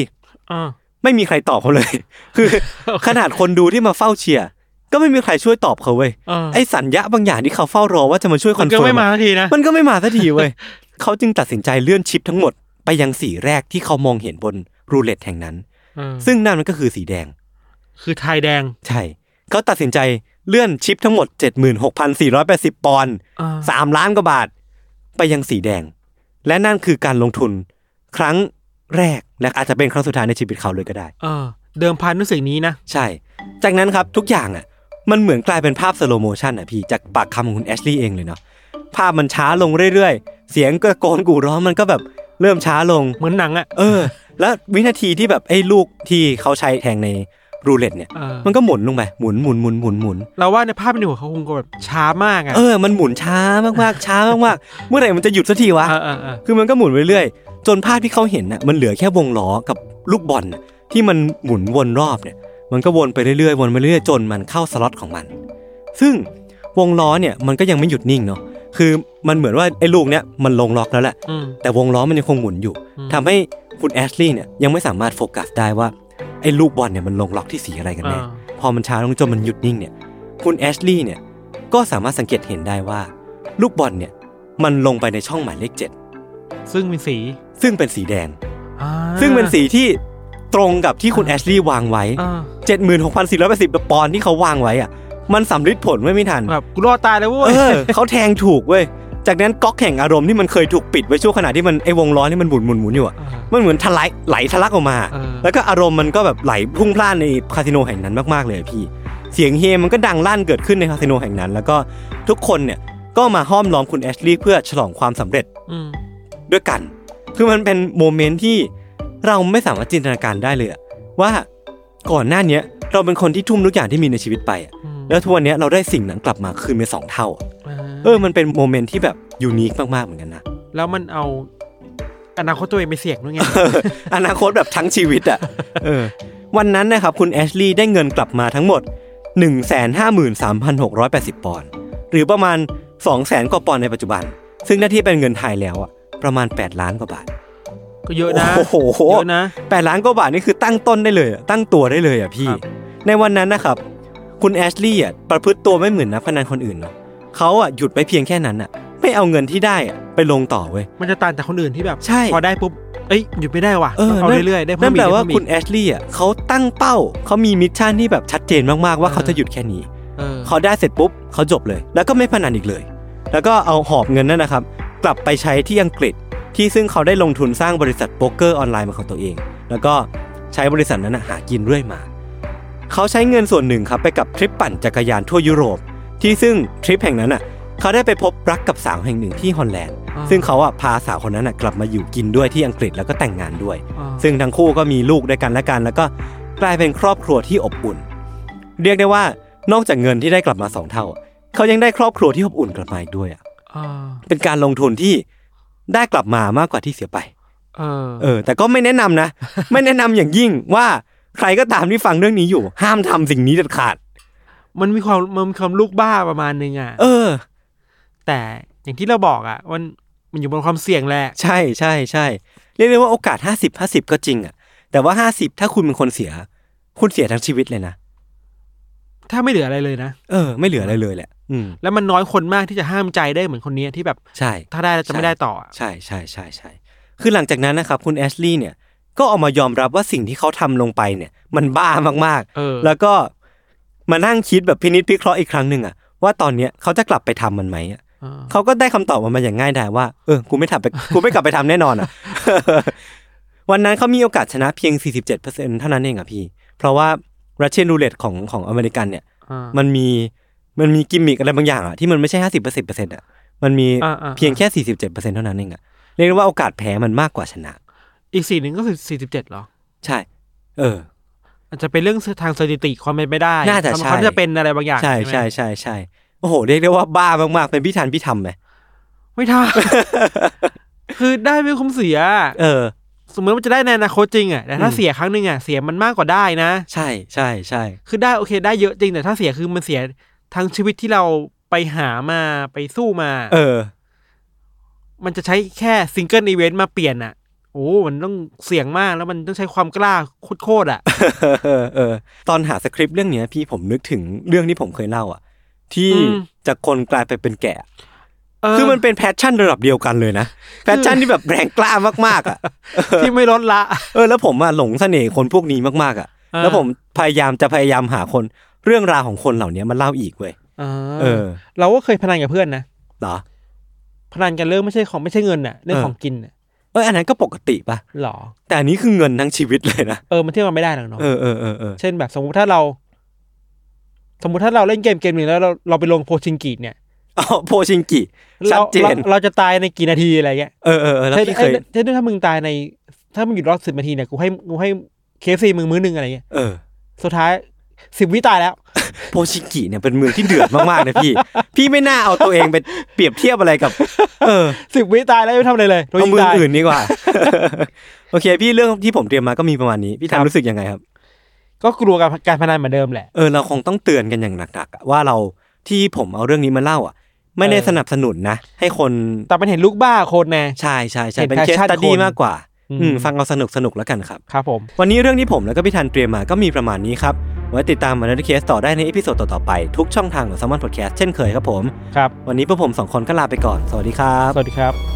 S3: อ่า
S2: ไม่มีใครตอบเขาเลย คือ ขนาดคนดูที่มาเฝ้าเชียร์ก็ไม่มีใครช่วยตอบเขาเว้ย
S3: เออ
S2: ไอ้สัญญาบางอย่างที่เขาเฝ้ารอว่าจะมาช่วยค
S3: มั
S2: อน น
S3: ก็
S2: เฟิร์
S3: ไม่
S2: ม
S3: มา
S2: อะ
S3: สักทีนะ
S2: มันก็ไม่มาสักทีเว้ย เขาจึงตัดสินใจเลื่อนชิปทั้งหมดไปยังสีแรกที่เขามองเห็นบนรูเล็ตแห่งนั้น
S3: เออ
S2: ซึ่งนั่นมันก็คือสีแดง
S3: คือไทยแดง
S2: ใช่ เขาตัดสินใจเลื่อนชิปทั้งหมด 76,480ปอนด์
S3: อ่า
S2: สามล้านกว่าบาทไปยังสีแดง และนั่นคือการลงทุน ครั้งแรกและอาจจะเป็นครั้งสุดท้ายในชีวิตเขาเลยก็ได้
S3: เออ เดิมพันด้วยสิ่งนี้นะ
S2: ใช่ จากนั้นครับทุกอย่างอ่ะ มันเหมือนกลายเป็นภาพสโลโมชันอ่ะพี่จากปากคำของคุณแอชลีย์เองเลยเนาะภาพมันช้าลงเรื่อยๆ เสียงกระโกนกูร้องมันก็แบบเริ่มช้าลง
S3: เหมือนหนังอ่ะ
S2: เออ แล้ววินาทีที่แบบไอ้ลูกที่เขาใช้แทงในรูเล็ตเนี่ย
S3: เออ
S2: มันก็หมุนลงไปหมุนหมุนหมุนหมุนหมุน
S3: เราว่าในภาพในหัวเขาคงแบบช้ามากอ่ะ
S2: เออ มันหมุนช้ามากๆช้ามากๆเมื่อไหร่มันจะหยุดสักทีวะ
S3: เออเออเออ
S2: คือมันก็หมุนไปเรื่อยจนภาพที่เขาเห็นน่ะมันเหลือแค่วงล้อกับลูกบอลน่ะที่มันหมุนวนรอบเนี่ยมันก็วนไปเรื่อยๆวนไปเรื่อยๆจนมันเข้าสล็อตของมัน ซึ่งวงล้อเนี่ยมันก็ยังไม่หยุดนิ่งเนาะคือมันเหมือนว่าไอ้ลูกเนี่ยมันลงล็อกแล้วแหละ
S3: อืม
S2: แต่วงล้อมันยังคงหมุนอยู่
S3: อืม
S2: ทำให้คุณแอชลีย์เนี่ยยังไม่สามารถโฟกัสได้ว่าไอ้ลูกบอลเนี่ยมันลงล็อกที่สีอะไรกัน
S3: เอ
S2: แน่
S3: อ
S2: พอมันช้าลงจนมันหยุดนิ่งเนี่ย คุณแอชลีย์เนี่ย ก็สามารถสังเกตเห็นได้ว่า ลูกบอลเนี่ย มันลงไปในช่องหมายเลขเจ็ด
S3: ซึ่งมีสี
S2: ซึ่งเป็นสีแดง
S3: อ่า
S2: ซึ่งเป็นสีที่ตรงกับที่คุณแอชลีย์วางไว้
S3: อ่า
S2: 76,480ปอนด์ที่เขาวางไว้อ่ะ มันสำลิดผลไว้ไม่ทัน
S3: แบบกูรอดตายแล้วเว้
S2: เอย อ เขาแทงถูกเว้ย จากนั้นก๊อกแห่งอารมณ์ที่มันเคยถูกปิดไว้ช่วงขณะที่มันไอ้วงล้อนี่มันหมุนหมุนหมุนอยู่อ่ะ
S3: เออ
S2: มันเหมือนทะลายไหลทะลักออกมา
S3: เออ
S2: แล้วก็อารมณ์มันก็แบบไหลพุ่งพล่านในคาสิโนแห่งนั้นมากๆเลยอะพี่ เสียงเฮมันก็ดังลั่นเกิดขึ้นในคาสิโนแห่งนั้น แล้วก็ทุกคนเนี่ยก็มาห้อมล้อมคุณแอชลีย์เพื่อฉลองความสำเร็จ
S3: อืม
S2: ด้วยกัน คือมันเป็นโมเมนต์ที่เราไม่สามารถจินตนาการได้เลยอะว่าก่อนหน้าเนี้ยเราเป็นคนที่ทุ่มทุกอย่างที่มีในชีวิตไปอะ
S3: อืม
S2: แล้วทุกวันเนี้ยเราได้สิ่งนั้นกลับมาคืนเป็นสองเท่าอะ
S3: เอ
S2: เอ
S3: อ
S2: อมันเป็นโมเมนต์ที่แบบยูนิคมากๆเหมือนกันนะ
S3: แล้วมันเอาอนาคตตัวเองไปเสี่ยงด้วยไง
S2: เอออนาคตแบบทั้งชีวิตอ่ะ เออวันนั้นนะครับคุณแอชลีย์ได้เงินกลับมาทั้งหมด 1 5 3 6 8 0 ปอนด์หรือประมาณ 2 0 0แสนกว่าปอนด์ในปัจจุบัน ซึ่งถ้าที่เป็นเงินไทยแล้วอ่ะประมาณ 8 ล้านกว่าบาท
S3: ก็เยอะนะ
S2: โอ้โห
S3: เยอะนะ
S2: 8 ล้านกว่าบาทนี่คือตั้งต้นได้เลยอะตั้งตัวได้เลยอ่ะพี่
S3: ครับ
S2: ในวันนั้นนะครับคุณแอชลีย์อ่ะประพฤติตัวไม่เหมือนนักพนันคนอื่นเนาะเขาอ่ะหยุดไปเพียงแค่นั้นอ่ะไม่เอาเงินที่ได้อ่ะไปลงต่อเว้ย
S3: มันจะต่างจากคนอื่นที่แบบ
S2: ใช่
S3: พอได้ปุ๊บ เอ้ยหยุดไม่ได้ว่ะ
S2: เออ
S3: เอา
S2: นั่น
S3: เรื่อยๆ ได้เพิ่
S2: นั่
S3: ม
S2: น
S3: อีก
S2: แปลว่า
S3: ได้เพิ่มอีก
S2: คุณแอชลีย์อ่ะเขาตั้งเป้า เขามีมิชชั่นที่แบบชัดเจนมากๆว่า
S3: เออ
S2: เขาจะหยุดแค่นี้
S3: เออ
S2: เขาได้เสร็จปุ๊บเขาจบเลย แล้วก็ไม่พนันอีกเลย แล้วก็เอาหอบเงินนั่นนะครับ กลับไปใช้ที่อังกฤษ ที่ซึ่งเขาได้ลงทุนสร้างบริษัทโป๊กเกอร์ออนไลน์เป็นของตัวเอง แล้วก็ใช้บริษัทนั้นนะหากินเรื่อยมา เขาใช้เงินส่วนหนึ่งครับไปกับทริปปั่นจักรยานทั่วยุโรป ที่ซึ่งทริปแห่งนั้นอ่ะเขาได้ไปพบรักกับสาวแห่งหนึ่งที่ฮอลแลนด์
S3: อ่า
S2: ซึ่งเขาอ่ะพาสาวคนนั้นอ่ะกลับมาอยู่กินด้วยที่อังกฤษแล้วก็แต่งงานด้วย
S3: อ่า
S2: ซึ่งทั้งคู่ก็มีลูกด้วยกันและกัน แล้วก็กลายเป็นครอบครัวที่อบอุ่น เรียกได้ว่านอกจากเงินที่ได้กลับมาสองเท่าอะเขายังได้ครอบครัวที่อบอุ่นกลับมาอีกด้วยอ่ะ
S3: อ่า
S2: เป็นการลงทุนที่ได้กลับมามากกว่าที่เสียไป
S3: เออ
S2: เออแต่ก็ไม่แนะนำนะ ไม่แนะนำอย่างยิ่งว่าใครก็ตามที่ฟังเรื่องนี้อยู่ ห้ามทำสิ่งนี้เด็ดขาด
S3: มันมีความมันมีความลูกบ้าประมาณนึงอ่ะ
S2: เออ
S3: แต่อย่างที่เราบอกอ่ะมันมันอยู่บนความเสี่ยงแหละ
S2: ใช่ใช่ใช่เรียกได้ว่าโอกาส 50 50 ก็จริงอ่ะ แต่ว่า 50 ถ้าคุณเป็นคนเสีย คุณเสียทั้งชีวิตเลยนะ
S3: ถ้าไม่เหลืออะไรเลยนะ
S2: เออ ไม่เหลืออะไรเลยแหละ อืม
S3: แล้วมันน้อยคนมากที่จะห้ามใจได้เหมือนคนเนี้ยที่แบบ
S2: ใช่
S3: ถ้าได้แล้วจะไม่ได้ต่ออะ
S2: ใช่ใช่ใช่ใช่คือหลังจากนั้นนะครับ คุณแอชลีย์เนี่ย ก็ออกมายอมรับว่าสิ่งที่เขาทำลงไปเนี่ย มันบ้ามาก
S3: เออ
S2: ๆ แล้วก็มานั่งคิดแบบพินิจพิเคราะห์อีกครั้งหนึ่งอ่ะว่าตอนเนี้ยเขาจะกลับไปทำมันไหมอะ
S3: เออ
S2: เขาก็ได้คำตอบออกมาอย่างง่ายดายว่า เออ กูไม่ทำไป กูไม่กลับไปทำแน่นอนอ่ะ วันนั้นเขามีโอกาสชนะเพียง 47%เท่านั้นเองอ่ะพี่ เพราะว่ารัชเชียนรูเลตของของอเมริกันเนี่ย
S3: อ่า
S2: มันมีมันมีกิมมิกอะไรบางอย่างอ่ะที่มันไม่ใช่ 50%อ่ะ มันมี
S3: อ่าอ่า
S2: เพียงแค่ 47%เท่านั้นเองอ่ะ เรียกได้ว่าโอกาสแพ้มันมากกว่าชนะ
S3: อีกสี่หนึ่งก็คือสี่สิบเจ็ดหรอ
S2: ใช่ เออ
S3: อาจจะเป็นเรื่องทางสถิติความเป็นไปได้
S2: น่าจะใช่
S3: ความจะเป็นอะไรบางอย่าง
S2: ใช่
S3: ไหม
S2: ใช่ใช่ใช่โอ้โห เรียกได้ว่าบ้ามากๆ เป็นพี่ทันพี่ทำไหม
S3: ไม่ ทัน คือได้ไม่คุ้มเสีย
S2: เออ
S3: สมมติว่าจะได้ในอนาคตจริงอ่ะแต่ถ้า
S2: อืม
S3: เสียครั้งหนึ่งอ่ะเสียมันมากกว่าได้นะ
S2: ใช่ใช่ใช่
S3: คือได้โอเคได้เยอะจริงแต่ถ้าเสียคือมันเสียทั้งชีวิตที่เราไปหามาไปสู้มา
S2: เออ
S3: มันจะใช้แค่ซิงเกิลอีเวนต์มาเปลี่ยนอ่ะ โอ้มันต้องเสี่ยงมากแล้วมันต้องใช้ความกล้าโคตรๆอ่ะ
S2: เออเออเออตอนหาสคริปต์เรื่องเนี้ยพี่ผมนึกถึงเรื่องที่ผมเคยเล่าอ่ะ ที่
S3: อืม
S2: จากคนกลายไปเป็นแก่
S3: เ
S2: คือมันเป็นแพชชั่นระดับเดียวกันเลยนะแพชชั่นที่แบบแรงกล้ามากๆอ่ะ
S3: ที่ไม่ลดละ
S2: เออแล้วผมอ่ะหลงเสน่ห์คนพวกนี้มากๆอ่ะ
S3: เออ
S2: แล้วผมพยายามจะพยายามหาคนเรื่องราวของคนเหล่านี้มาเล่าอีกเว้ยเออ
S3: เราก็เคยพนันกับเพื่อนนะ
S2: เหรอ
S3: พนันกันเรื่องไม่ใช่ของไม่ใช่เงินอ่ะเรื่อง
S2: เออ
S3: ของกินอ่ะ
S2: เอออันนั้นก็ปกติป่ะ
S3: หรอ
S2: แต่อันนี้คือเงินทั้งชีวิตเลยนะ
S3: เออมันเทียบกันไม่ได้หรอกเนาะ
S2: เออเออเออเออ
S3: เช่นแบบสมมุติถ้าเรา สมมุติถ้าเราเล่นเกมเกมหนึ่งแล้วเราเราไปลงโพชิงกีดเนี่ย
S2: อ๋อโพชิงกิชั
S3: เรา
S2: ดเจน
S3: เราเราจะตายในกี่นาทีอะไรเงี้ย
S2: เออเออเออแล้ว
S3: เช่น
S2: พี่เคย
S3: เอ้ยเช่นถ้ามึงตายใน ถ้ามึงหยุดรอดสิบนาทีเนี่ยกูให้กูให้เคฟซีมึงมื้อหนึ่งอะไรเงี้ย
S2: เออ
S3: สุดท้ายสิบวิตายแล้ว
S2: โปชิกิเนี่ยเป็นเมืองที่เดือดมากๆ นะพี่ พี่ไม่น่าเอาตัวเองไปเปรียบเทียบอะไรกับ เออ
S3: สิบวิตายแล้วไม่ทำอะไรเลยโดน
S2: เอา
S3: ยิง
S2: เมือง
S3: ตาย
S2: อื่นดีกว่า โอเค พี่เรื่องที่ผมเตรียมมาก็มีประมาณนี้ พี่
S3: ครั
S2: ทำ
S3: บ
S2: รู้สึกยังไงครับ
S3: ก็กลัวกับการพนันเหมือนเดิมแหละ
S2: เออเราคงต้องเตือนกันอย่างหนักๆอะว่าเราที่ผมเอาเรื่องนี้มาเล่าอ่ะ ไม่ได้
S3: เออ
S2: สนับสนุนนะ ให้คน
S3: แต่มันเห็นลูกบ้าโคตรแน่
S2: ใช่ใช่ใช่
S3: เห็น
S2: เป็นเคส
S3: passion
S2: ตัดดี้
S3: คน
S2: มากกว่า
S3: อืม
S2: อืมฟังเอาสนุกสนุกๆแล้วกันครับ
S3: ครับผม
S2: วันนี้เรื่องที่ผมแล้วก็พี่ทันเตรียมมาก็มีประมาณนี้ครับ ไว้ติดตามมาในเคสต่อได้ในเอพิโซดต่อๆไปทุกช่องทางของ s ซมมอนพอดแคสต์เช่นเคยครับผม
S3: ครับ
S2: วันนี้พวกผมสองคนก็ลาไปก่อน สวัสดีครับ
S3: สวัสดีครับ